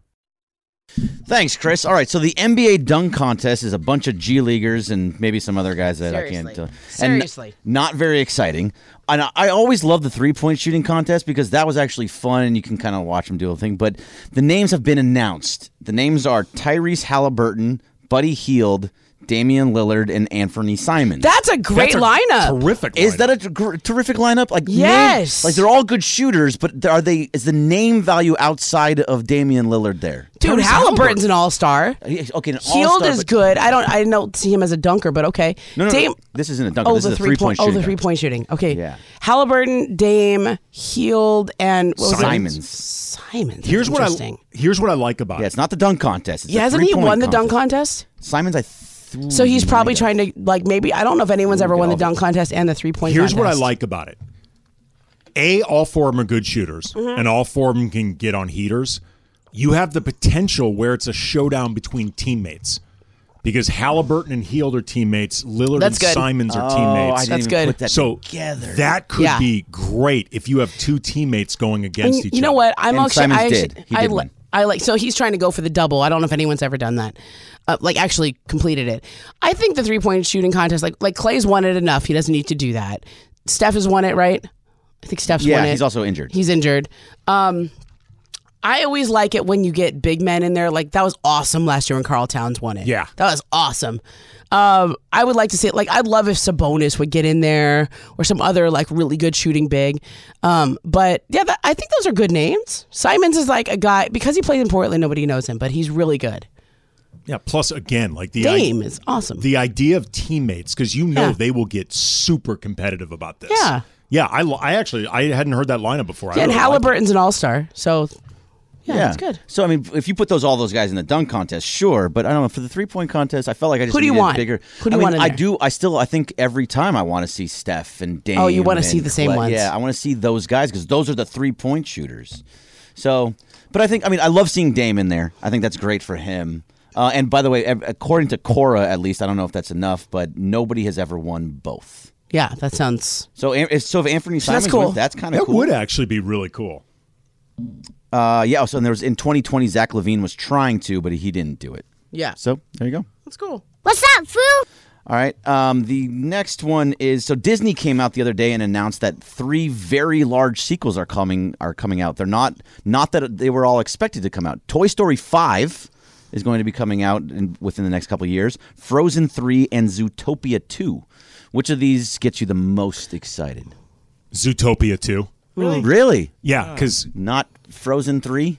Speaker 1: Thanks, Chris. All right, so the NBA dunk contest is a bunch of G leaguers and maybe some other guys that I can't.
Speaker 11: Seriously.
Speaker 1: Uh, and
Speaker 11: Seriously.
Speaker 1: n- not very exciting. And I, I always love the three point shooting contest because that was actually fun and you can kind of watch them do a thing. But the names have been announced. The names are Tyrese Halliburton, Buddy Heald, Damian Lillard, and Anthony Simon.
Speaker 3: That's a great That's a lineup. terrific
Speaker 1: Is that a ter- terrific lineup? Like name-
Speaker 3: Yes.
Speaker 1: like they're all good shooters, but are they? Is the name value outside of Damian Lillard there?
Speaker 3: Dude,
Speaker 1: Tyrese
Speaker 3: Halliburton's an all star.
Speaker 1: Okay, an
Speaker 3: Healed
Speaker 1: all-star,
Speaker 3: is
Speaker 1: but-
Speaker 3: good. I don't. I don't see him as a dunker, but okay.
Speaker 1: No, no, no,
Speaker 3: Dame,
Speaker 1: This isn't a dunk.
Speaker 3: oh,
Speaker 1: this
Speaker 3: the
Speaker 1: is a three point.
Speaker 3: point. Oh, the three point shooting. Okay. Yeah. Halliburton, Dame, Healed, and what was it?
Speaker 1: Simons.
Speaker 3: Simons.
Speaker 2: Here's what I
Speaker 3: Interesting.
Speaker 2: here's what I like about
Speaker 1: Yeah, it's not the dunk contest. Hmm, It's
Speaker 3: Yeah,
Speaker 1: the
Speaker 3: hasn't he
Speaker 1: three-point
Speaker 3: won the dunk contest?
Speaker 1: Simons, I. Th-
Speaker 3: So he's probably trying to like maybe I don't know if anyone's ever won the dunk contest and the three point.
Speaker 2: Here's what I
Speaker 3: contest.
Speaker 2: like about it. A, all four of them are good shooters,
Speaker 3: Mhm.
Speaker 2: and all four of them can get on heaters. You have the potential where it's a showdown between teammates because Halliburton and Heald are teammates. Lillard
Speaker 3: That's
Speaker 2: and
Speaker 3: good.
Speaker 2: Simons are
Speaker 3: Oh,
Speaker 2: teammates.
Speaker 3: I didn't That's even good. put that
Speaker 2: so
Speaker 3: together.
Speaker 2: that could
Speaker 3: Yeah.
Speaker 2: be great if you have two teammates going against
Speaker 3: And
Speaker 2: each other.
Speaker 3: You know what? I'm actually. I, actually- I, li- I like. So he's trying to go for the double. I don't know if anyone's ever done that. Uh, like actually completed it. I think the three point shooting contest. Like like Clay's won it enough. He doesn't need to do that. Steph has won it, right? I think Steph's
Speaker 1: Yeah,
Speaker 3: won it.
Speaker 1: he's also injured.
Speaker 3: He's injured. Um, I always like it when you get big men in there. Like that was awesome last year when Carl Towns won it.
Speaker 2: Yeah.
Speaker 3: that was awesome. Um, I would like to see it. Like I'd love if Sabonis would get in there or some other like really good shooting big. Um, but yeah, that, I think those are good names. Simons is like a guy because he plays in Portland. Nobody knows him, but he's really good.
Speaker 2: Yeah. Plus, again, like the
Speaker 3: Dame is awesome.
Speaker 2: The idea of teammates because you know
Speaker 3: Yeah.
Speaker 2: they will get super competitive about this.
Speaker 3: Yeah.
Speaker 2: Yeah. I, lo- I actually I hadn't heard that lineup before. I
Speaker 3: and
Speaker 2: really like
Speaker 3: Halliburton's an all star, so yeah, that's good.
Speaker 1: So I mean, if you put those all those guys in the dunk contest, sure. But I don't know for the three point contest, I felt like I just
Speaker 3: Who do you
Speaker 1: needed
Speaker 3: want?
Speaker 1: bigger.
Speaker 3: Who do
Speaker 1: I
Speaker 3: you
Speaker 1: mean,
Speaker 3: want in
Speaker 1: I
Speaker 3: there?
Speaker 1: do. I still. I think every time I want to see Steph and Dame.
Speaker 3: Oh, you
Speaker 1: want
Speaker 3: wanna
Speaker 1: to
Speaker 3: see the same ones.
Speaker 1: Yeah, I want to see those guys because those are the three point shooters. So, but I think I mean I love seeing Dame in there. I think that's great for him. Uh, and by the way, ev- according to Cora, at least I don't know if that's enough, but nobody has ever won both.
Speaker 3: Yeah, that sounds
Speaker 1: So, An- if- so if Anthony
Speaker 3: So
Speaker 1: Simons,
Speaker 3: that's
Speaker 1: that's,
Speaker 3: cool.
Speaker 1: that's kind of
Speaker 2: That
Speaker 1: cool.
Speaker 2: would actually be really cool.
Speaker 1: Uh, yeah. So, and there was in 2020, Zach Levine was trying to, but he didn't do it.
Speaker 3: Yeah.
Speaker 1: So there you go.
Speaker 3: That's cool.
Speaker 12: What's up, fool?
Speaker 1: All right. Um, the next one is so Disney came out the other day and announced that three very large sequels are coming are coming out. They're not not that they were all expected to come out. Toy Story Five is going to be coming out in, within the next couple of years. Frozen Three and Zootopia Two. Which of these gets you the most excited?
Speaker 2: Zootopia Two.
Speaker 1: Really? Really?
Speaker 2: Yeah, because
Speaker 1: not Frozen Three.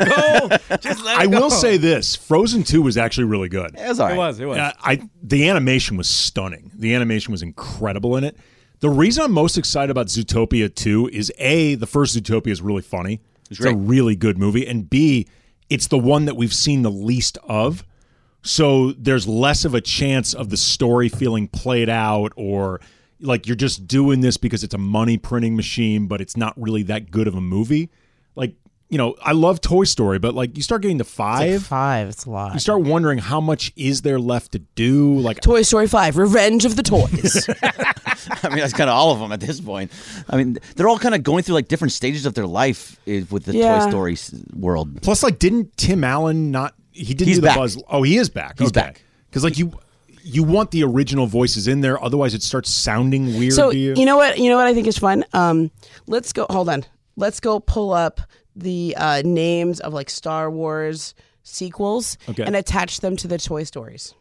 Speaker 2: I will say this: Frozen Two was actually really good.
Speaker 1: It was all It right. was, it was.
Speaker 2: Uh, I the animation was stunning. The animation was incredible in it. The reason I'm most excited about Zootopia Two is a the first Zootopia is really funny. It's, a
Speaker 1: great.
Speaker 2: really good movie, and b it's the one that we've seen the least of. So there's less of a chance of the story feeling played out or like you're just doing this because it's a money printing machine, but it's not really that good of a movie. Like, you know, I love Toy Story, but like you start getting to five.
Speaker 3: five, it's a lot.
Speaker 2: You start wondering how much is there left to do. Like
Speaker 3: Toy Story Five: Revenge of the Toys.
Speaker 1: I mean, that's kind of all of them at this point. I mean, they're all kind of going through like different stages of their life eh, with the
Speaker 2: Yeah.
Speaker 1: Toy Story s- world.
Speaker 2: Plus, like, didn't Tim Allen not? He didn't
Speaker 1: He's
Speaker 2: do the
Speaker 1: back.
Speaker 2: buzz. Oh, he is back.
Speaker 1: He's
Speaker 2: okay.
Speaker 1: back.
Speaker 2: Because like you, you want the original voices in there. Otherwise, it starts sounding weird
Speaker 3: so
Speaker 2: to you.
Speaker 3: know what? You know what I think is fun. Um, let's go. Hold on. Let's go pull up the uh, names of like Star Wars sequels
Speaker 1: Okay.
Speaker 3: and attach them to the Toy Stories.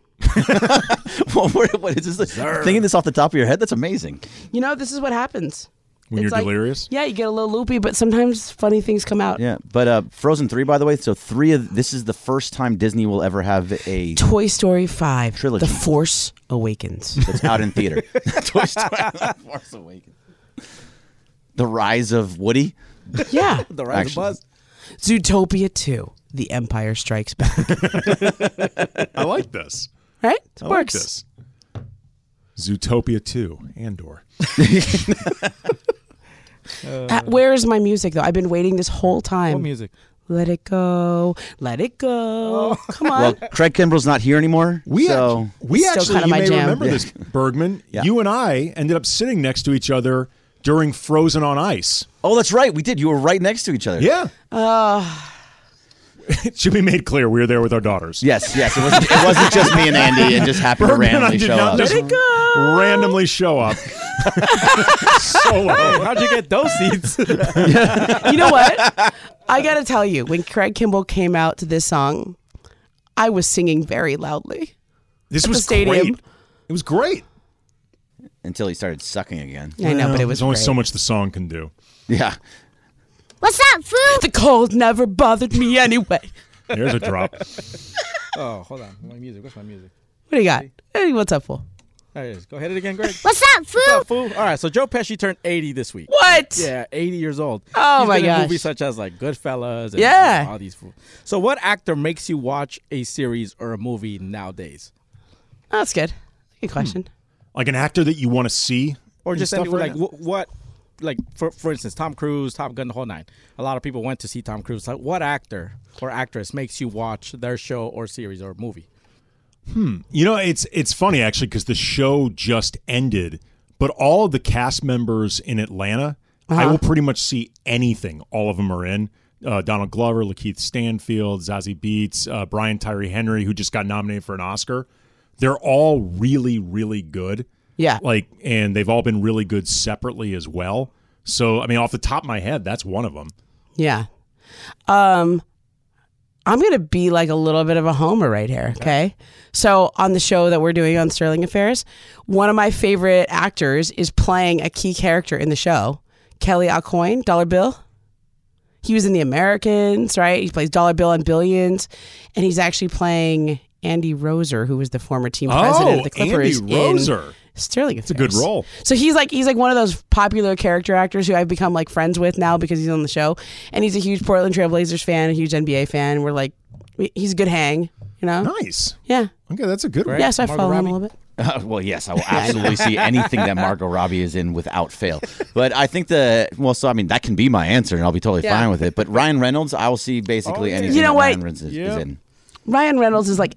Speaker 1: Well, what what is this? Thinking this off the top of your head, that's amazing.
Speaker 3: You know, this is what happens
Speaker 1: When
Speaker 3: It's
Speaker 1: you're delirious?
Speaker 3: Yeah, you get a little loopy, but sometimes funny things come out.
Speaker 1: Yeah, but uh, Frozen three, by the way. So three of this is the first time Disney will ever have a
Speaker 3: Toy Story five
Speaker 1: trilogy.
Speaker 3: The Force Awakens.
Speaker 1: That's out in theater. Toy Story, Force Awakens. The Rise of Woody.
Speaker 3: Yeah,
Speaker 1: The Rise of Actually. Buzz.
Speaker 3: Zootopia two: The Empire Strikes Back.
Speaker 2: I like this.
Speaker 3: Right? It
Speaker 2: I like
Speaker 3: works.
Speaker 2: this. Zootopia 2, Andor.
Speaker 3: Uh, where is my music though? I've been waiting this whole time.
Speaker 4: What music?
Speaker 3: Let it go. Let it go. Come on.
Speaker 1: Well, Craig Kimbrell's not here anymore.
Speaker 2: We
Speaker 1: so
Speaker 2: act- we actually you may remember this Bergman. You and I ended up sitting next to each other during Frozen on Ice.
Speaker 1: Oh, that's right. We did. You were right next to each other.
Speaker 2: Yeah.
Speaker 3: Uh,
Speaker 2: It should be made clear we were there with our daughters.
Speaker 1: Yes, yes. It wasn't, it wasn't just me and Andy and just happened to
Speaker 2: Bergman and I
Speaker 1: randomly
Speaker 2: did
Speaker 1: show
Speaker 2: not
Speaker 1: up.
Speaker 2: just randomly show up. uh, Solo.
Speaker 4: How'd you get those seats?
Speaker 3: you know what? I gotta tell you, when Craig Kimball came out to this song, I was singing very loudly.
Speaker 2: This
Speaker 3: at
Speaker 2: was
Speaker 3: the stadium.
Speaker 2: great. It was great.
Speaker 1: Until he started sucking again.
Speaker 3: I know, but it was
Speaker 2: There's only so
Speaker 3: great.
Speaker 2: much the song can do.
Speaker 1: Yeah.
Speaker 3: What's up, fool? The cold never bothered me anyway.
Speaker 2: There's a drop.
Speaker 4: oh, hold on. My music. What's my music?
Speaker 3: What do you got? Hey, what's up, fool?
Speaker 4: There it is. Go hit it again, Greg.
Speaker 3: What's up, fool?
Speaker 4: All right, so Joe Pesci turned 80 this week.
Speaker 3: What?
Speaker 4: Yeah, 80 years old.
Speaker 3: Oh
Speaker 4: He's
Speaker 3: my
Speaker 4: been in
Speaker 3: gosh.
Speaker 4: movies such as like Goodfellas. And
Speaker 3: Yeah.
Speaker 4: you know, all these fools. So, what actor makes you watch a series or a movie nowadays,
Speaker 3: That's good. Good question.
Speaker 2: Like an actor that you want to see.
Speaker 4: or
Speaker 2: and
Speaker 4: just
Speaker 2: stuff
Speaker 4: any, like
Speaker 2: right
Speaker 4: wh- what, like for for instance, Tom Cruise, Top Gun, the whole nine. A lot of people went to see Tom Cruise. Like, what actor or actress makes you watch their show or series or movie?
Speaker 2: Hmm. You know, it's it's funny actually because the show just ended, but all of the cast members in Atlanta, I
Speaker 12: Uh-huh.
Speaker 2: will pretty much see anything all of them are in. Uh, Donald Glover, Lakeith Stanfield, Zazie Beats, uh, Brian Tyree Henry, who just got nominated for an Oscar. They're all really, really good.
Speaker 3: Yeah.
Speaker 2: Like, and they've all been really good separately as well. So, I mean, off the top of my head, that's one of them.
Speaker 3: Yeah. Um I'm going to be like a little bit of a homer right here, okay? So on the show that we're doing on Sterling Affairs, one of my favorite actors is playing a key character in the show, Kelly Alcoyne, Dollar Bill. He was in The Americans, right? He plays Dollar Bill on Billions, and he's actually playing Andy Roser, who was the former team president of the Clippers.
Speaker 2: Oh, Andy
Speaker 3: in-
Speaker 2: Roser.
Speaker 3: Sterling.
Speaker 2: It's a good role.
Speaker 3: So he's like he's like one of those popular character actors who I've become like friends with now because he's on the show, and he's a huge Portland Trailblazers fan, a huge NBA fan. We're like, we- he's a good hang, you know.
Speaker 2: Nice.
Speaker 3: Yeah.
Speaker 2: Okay, that's a good
Speaker 3: Yes, yeah, so I follow him a little bit.
Speaker 1: Uh, well, yes, I will absolutely see anything that Margot Robbie is in without fail. But I think the well, so I mean that can be my answer, and I'll be totally
Speaker 3: Yeah.
Speaker 1: fine with it. But Ryan Reynolds, I will see basically anything
Speaker 3: You know
Speaker 1: that
Speaker 3: what?
Speaker 1: Ryan Reynolds is, is
Speaker 3: Yeah.
Speaker 1: in.
Speaker 3: Ryan Reynolds is like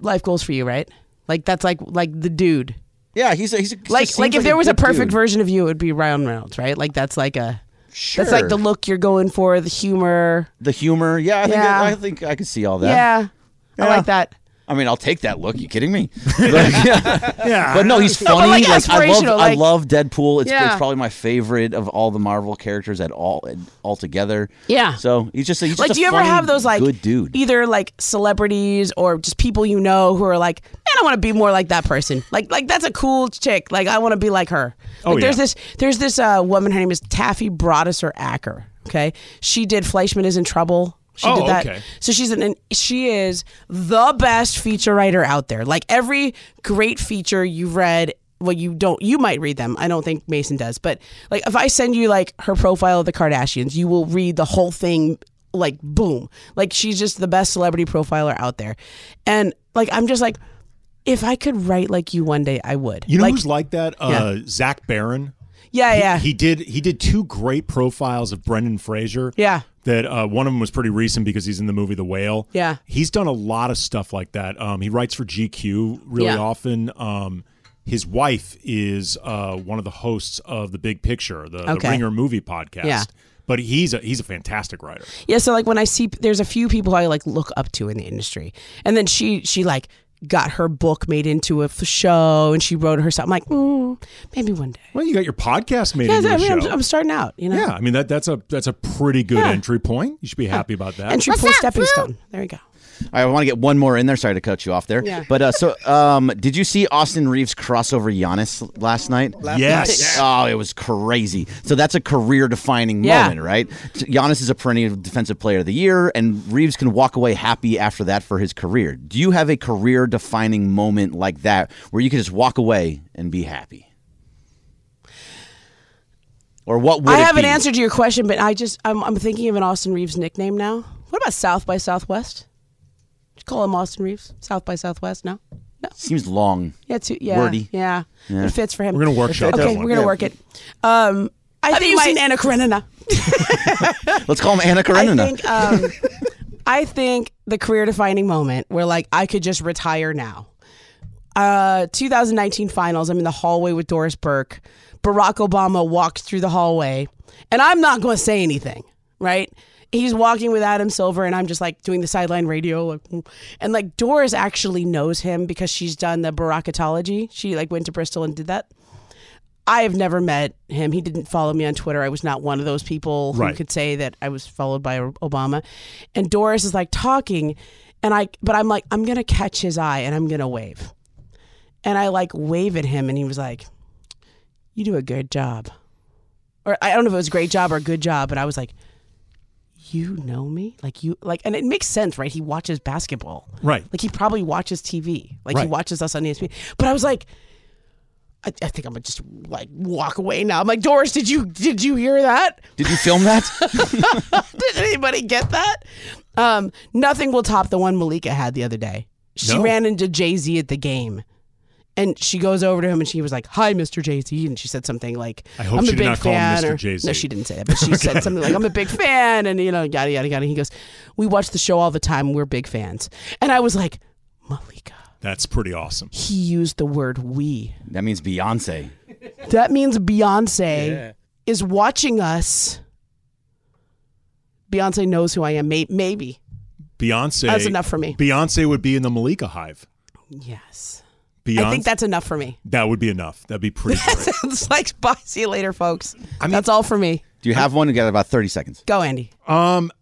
Speaker 3: life goals for you, right? Like that's like like the dude.
Speaker 1: Yeah, he's a, he's a, he
Speaker 3: Like
Speaker 1: seems
Speaker 3: like if
Speaker 1: a
Speaker 3: there was a
Speaker 1: good
Speaker 3: perfect
Speaker 1: dude.
Speaker 3: version of you, it would be Ryan Reynolds, right? Like that's like a that's like the
Speaker 1: Sure.
Speaker 3: look you're going for, the humor.
Speaker 1: the humor, yeah, I think
Speaker 3: Yeah.
Speaker 1: I think I could see all that.
Speaker 3: Yeah. I
Speaker 1: Yeah.
Speaker 3: like that.
Speaker 1: I mean, I'll take that look. You kidding me? But, yeah.
Speaker 2: Yeah.
Speaker 1: But no, he's
Speaker 3: No, but,
Speaker 1: funny.
Speaker 3: like,
Speaker 1: I love,
Speaker 3: aspirational,
Speaker 1: I
Speaker 3: like-
Speaker 1: love Deadpool. It's,
Speaker 3: Yeah.
Speaker 1: it's probably my favorite of all the Marvel characters at all altogether.
Speaker 3: Yeah.
Speaker 1: So he's just, he's just
Speaker 3: like,
Speaker 1: a
Speaker 3: do you ever
Speaker 1: funny,
Speaker 3: have those like
Speaker 1: good dude?
Speaker 3: either like celebrities or just people you know who are like, man, I want to be more like that person. Like, like that's a cool chick. Like, I want to be like her.
Speaker 13: Oh,
Speaker 3: Like, there's
Speaker 13: yeah.
Speaker 3: this, there's this uh, woman. Her name is Taffy Brodesser Acker. Okay, she did Fleischman is in trouble. She
Speaker 13: Oh,
Speaker 3: did that.
Speaker 13: okay.
Speaker 3: So she's an, an she is the best feature writer out there. Like every great feature you've read, well, you don't you might read them. I don't think Mason does, but like if I send you like her profile of the Kardashians, you will read the whole thing like boom. Like she's just the best celebrity profiler out there. And like I'm just like if I could write like you one day, I would.
Speaker 2: You know
Speaker 3: like
Speaker 2: who's like that? Uh, Zach Barron.
Speaker 3: Yeah,
Speaker 2: He-
Speaker 3: yeah.
Speaker 2: He did. He did two great profiles of Brendan Fraser.
Speaker 3: Yeah.
Speaker 2: That uh, one of them was pretty recent because he's in the movie The Whale.
Speaker 3: Yeah.
Speaker 2: He's done a lot of stuff like that. Um, he writes for GQ really
Speaker 3: Yeah.
Speaker 2: often. Um, his wife is uh, one of the hosts of The Big Picture, the,
Speaker 3: Okay.
Speaker 2: the Ringer movie podcast.
Speaker 3: Yeah.
Speaker 2: But he's a he's a fantastic writer.
Speaker 3: Yeah, so like when I see there's a few people I like look up to in the industry. And then she she like got her book made into a f- show and she wrote herself. I'm like, mm, maybe one day.
Speaker 2: Well, you got your podcast made
Speaker 3: Yeah,
Speaker 2: into
Speaker 3: I
Speaker 2: a
Speaker 3: mean, I'm,
Speaker 2: show.
Speaker 3: I'm starting out, you know.
Speaker 2: yeah, I mean that that's a that's a pretty good
Speaker 3: Yeah.
Speaker 2: entry point. You should be happy about that.
Speaker 3: Entry point stepping stone. There we go.
Speaker 1: I want to get one more in there. Sorry to cut you off there.
Speaker 3: Yeah.
Speaker 1: But uh, so, um, did you see Austin Reeves crossover Giannis last night?
Speaker 2: Last Yes.
Speaker 1: Oh, it was crazy. So that's a career-defining
Speaker 12: Yeah.
Speaker 1: moment, right? So Giannis is a perennial defensive player of the year, and Reeves can walk away happy after that for his career. Do you have a career-defining moment like that where you can just walk away and be happy? Or what would
Speaker 3: I
Speaker 1: it
Speaker 3: have an
Speaker 1: be?
Speaker 3: answer to your question, but I just I'm, I'm thinking of an Austin Reeves nickname now. What about South by Southwest? Just call him Austin Reeves. South by Southwest. No,
Speaker 1: Seems long.
Speaker 3: Yeah, too, yeah,
Speaker 1: Wordy.
Speaker 3: Yeah.
Speaker 1: Yeah.
Speaker 3: it fits for him.
Speaker 1: We're gonna workshop
Speaker 3: Okay,
Speaker 1: that one.
Speaker 3: we're gonna
Speaker 1: Yeah.
Speaker 3: work it. Um, I think my Anna Karenina.
Speaker 1: Let's call him Anna Karenina.
Speaker 3: I think, um, I think the career defining moment where like I could just retire now. Uh, 2019 finals. I'm in the hallway with Doris Burke. Barack Obama walks through the hallway, and I'm not going to say anything. Right? He's walking with Adam Silver, and I'm just like doing the sideline radio, like, mm. and like Doris actually knows him because she's done the Barackatology. She like went to Bristol and did that. I have never met him. He didn't follow me on Twitter. I was not one of those people who
Speaker 13: Right.
Speaker 3: could say that I was followed by Obama. And Doris is like talking, and I, but I'm like, I'm gonna catch his eye and I'm gonna wave, and I like wave at him, and he was like, "You do a good job," or I don't know if it was a great job or a good job, but I was like, "You know me, like you like," and it makes sense, right? He watches basketball,
Speaker 2: Right.
Speaker 3: Like he probably watches TV, like he
Speaker 2: Right.
Speaker 3: watches us on E ESPN. But I was like. I, I think I'm gonna just like walk away now. I'm like, Doris, did you did you hear that?
Speaker 1: Did you film that?
Speaker 3: did anybody get that? Um, nothing will top the one Malika had the other day. She
Speaker 13: No.
Speaker 3: ran into Jay Z at the game. And she goes over to him and she was like, Hi, Mr. Jay Z. And she said something like,
Speaker 13: I hope
Speaker 3: am
Speaker 13: she
Speaker 3: a
Speaker 13: did
Speaker 3: big
Speaker 13: not call him
Speaker 3: fan.
Speaker 13: Mr.
Speaker 3: or-
Speaker 13: Jay-Z.
Speaker 3: No, she didn't say that, but she said something like, I'm a big fan. And, you know, yada, yada, yada. He goes, We watch the show all the time. We're big fans. And I was like,
Speaker 2: That's pretty awesome.
Speaker 3: He used the word we.
Speaker 1: That means Beyonce.
Speaker 3: That means Beyonce
Speaker 1: Yeah.
Speaker 3: is watching us. Beyonce knows who I am. May- Maybe.
Speaker 2: Beyonce.
Speaker 3: That's enough for me.
Speaker 2: Beyonce would be in the Malika hive.
Speaker 3: Yes.
Speaker 2: Beyonce.
Speaker 3: I think that's enough for me.
Speaker 2: that would be enough. That'd be pretty. great.
Speaker 3: it's like, bye. See you later, folks. that's all for me.
Speaker 1: Do you have one? You got about 30 seconds.
Speaker 3: Go, Andy.
Speaker 2: Um,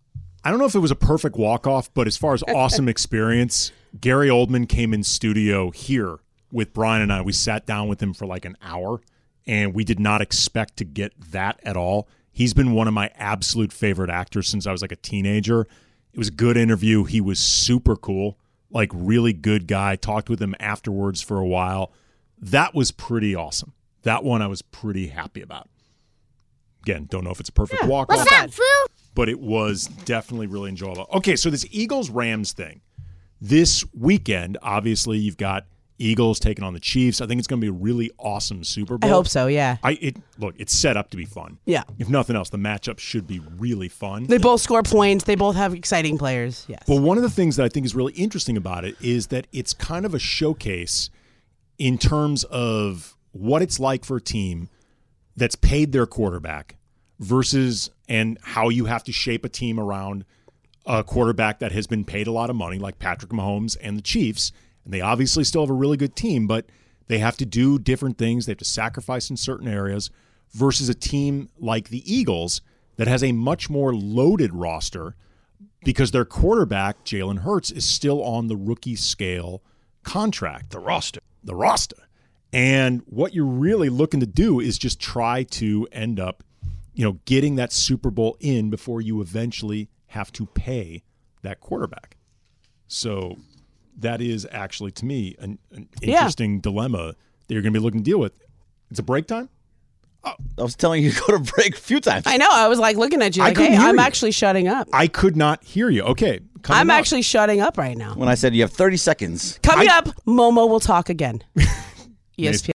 Speaker 2: I don't know if it was a perfect walk off, but as far as awesome experience, Gary Oldman came in studio here with Brian and I. We sat down with him for like an hour, and we did not expect to get that at all. He's been one of my absolute favorite actors since I was like a teenager. It was a good interview. He was super cool, like really good guy. Talked with him afterwards for a while. That was pretty awesome. That one I was pretty happy about. Again, don't know if it's a perfect walk off but it was definitely really enjoyable. Okay, so this Eagles Rams thing. This weekend, obviously, you've got Eagles taking on the Chiefs. I think it's going to be a really awesome Super Bowl.
Speaker 3: hope so, yeah.
Speaker 2: I it look, it's set up to be fun.
Speaker 3: Yeah.
Speaker 2: If nothing else, the matchup should be really fun.
Speaker 3: They both score points. They both have exciting players. Yes.
Speaker 2: But one of the things that I think is really interesting about it is that it's kind of a showcase in terms of what it's like for a team that's paid their quarterback versus and how you have to shape a team around a quarterback that has been paid a lot of money, like Patrick Mahomes and the Chiefs. And they obviously still have a really good team, but they have to do different things. They have to sacrifice in certain areas versus a team like the Eagles that has a much more loaded roster because their quarterback, Jalen Hurts, is still on the rookie scale contract. The roster. The roster. And what you're really looking to do is just try to end up, you know, getting that Super Bowl in before you eventually have to pay that quarterback. So that is actually, to me, an, an
Speaker 3: Yeah.
Speaker 2: interesting dilemma that you're going to be looking to deal with. It's a break time?
Speaker 1: I was telling you to go to break a few times.
Speaker 3: I know. I was like looking at you
Speaker 2: I
Speaker 3: like,
Speaker 2: couldn't
Speaker 3: hey,
Speaker 2: hear
Speaker 3: I'm
Speaker 2: you.
Speaker 3: actually shutting up.
Speaker 2: I could not hear you. Okay. coming
Speaker 3: I'm
Speaker 2: up-
Speaker 3: actually shutting up right now.
Speaker 1: When I said you have 30 seconds.
Speaker 3: Coming up, Momo will talk again. ESPN.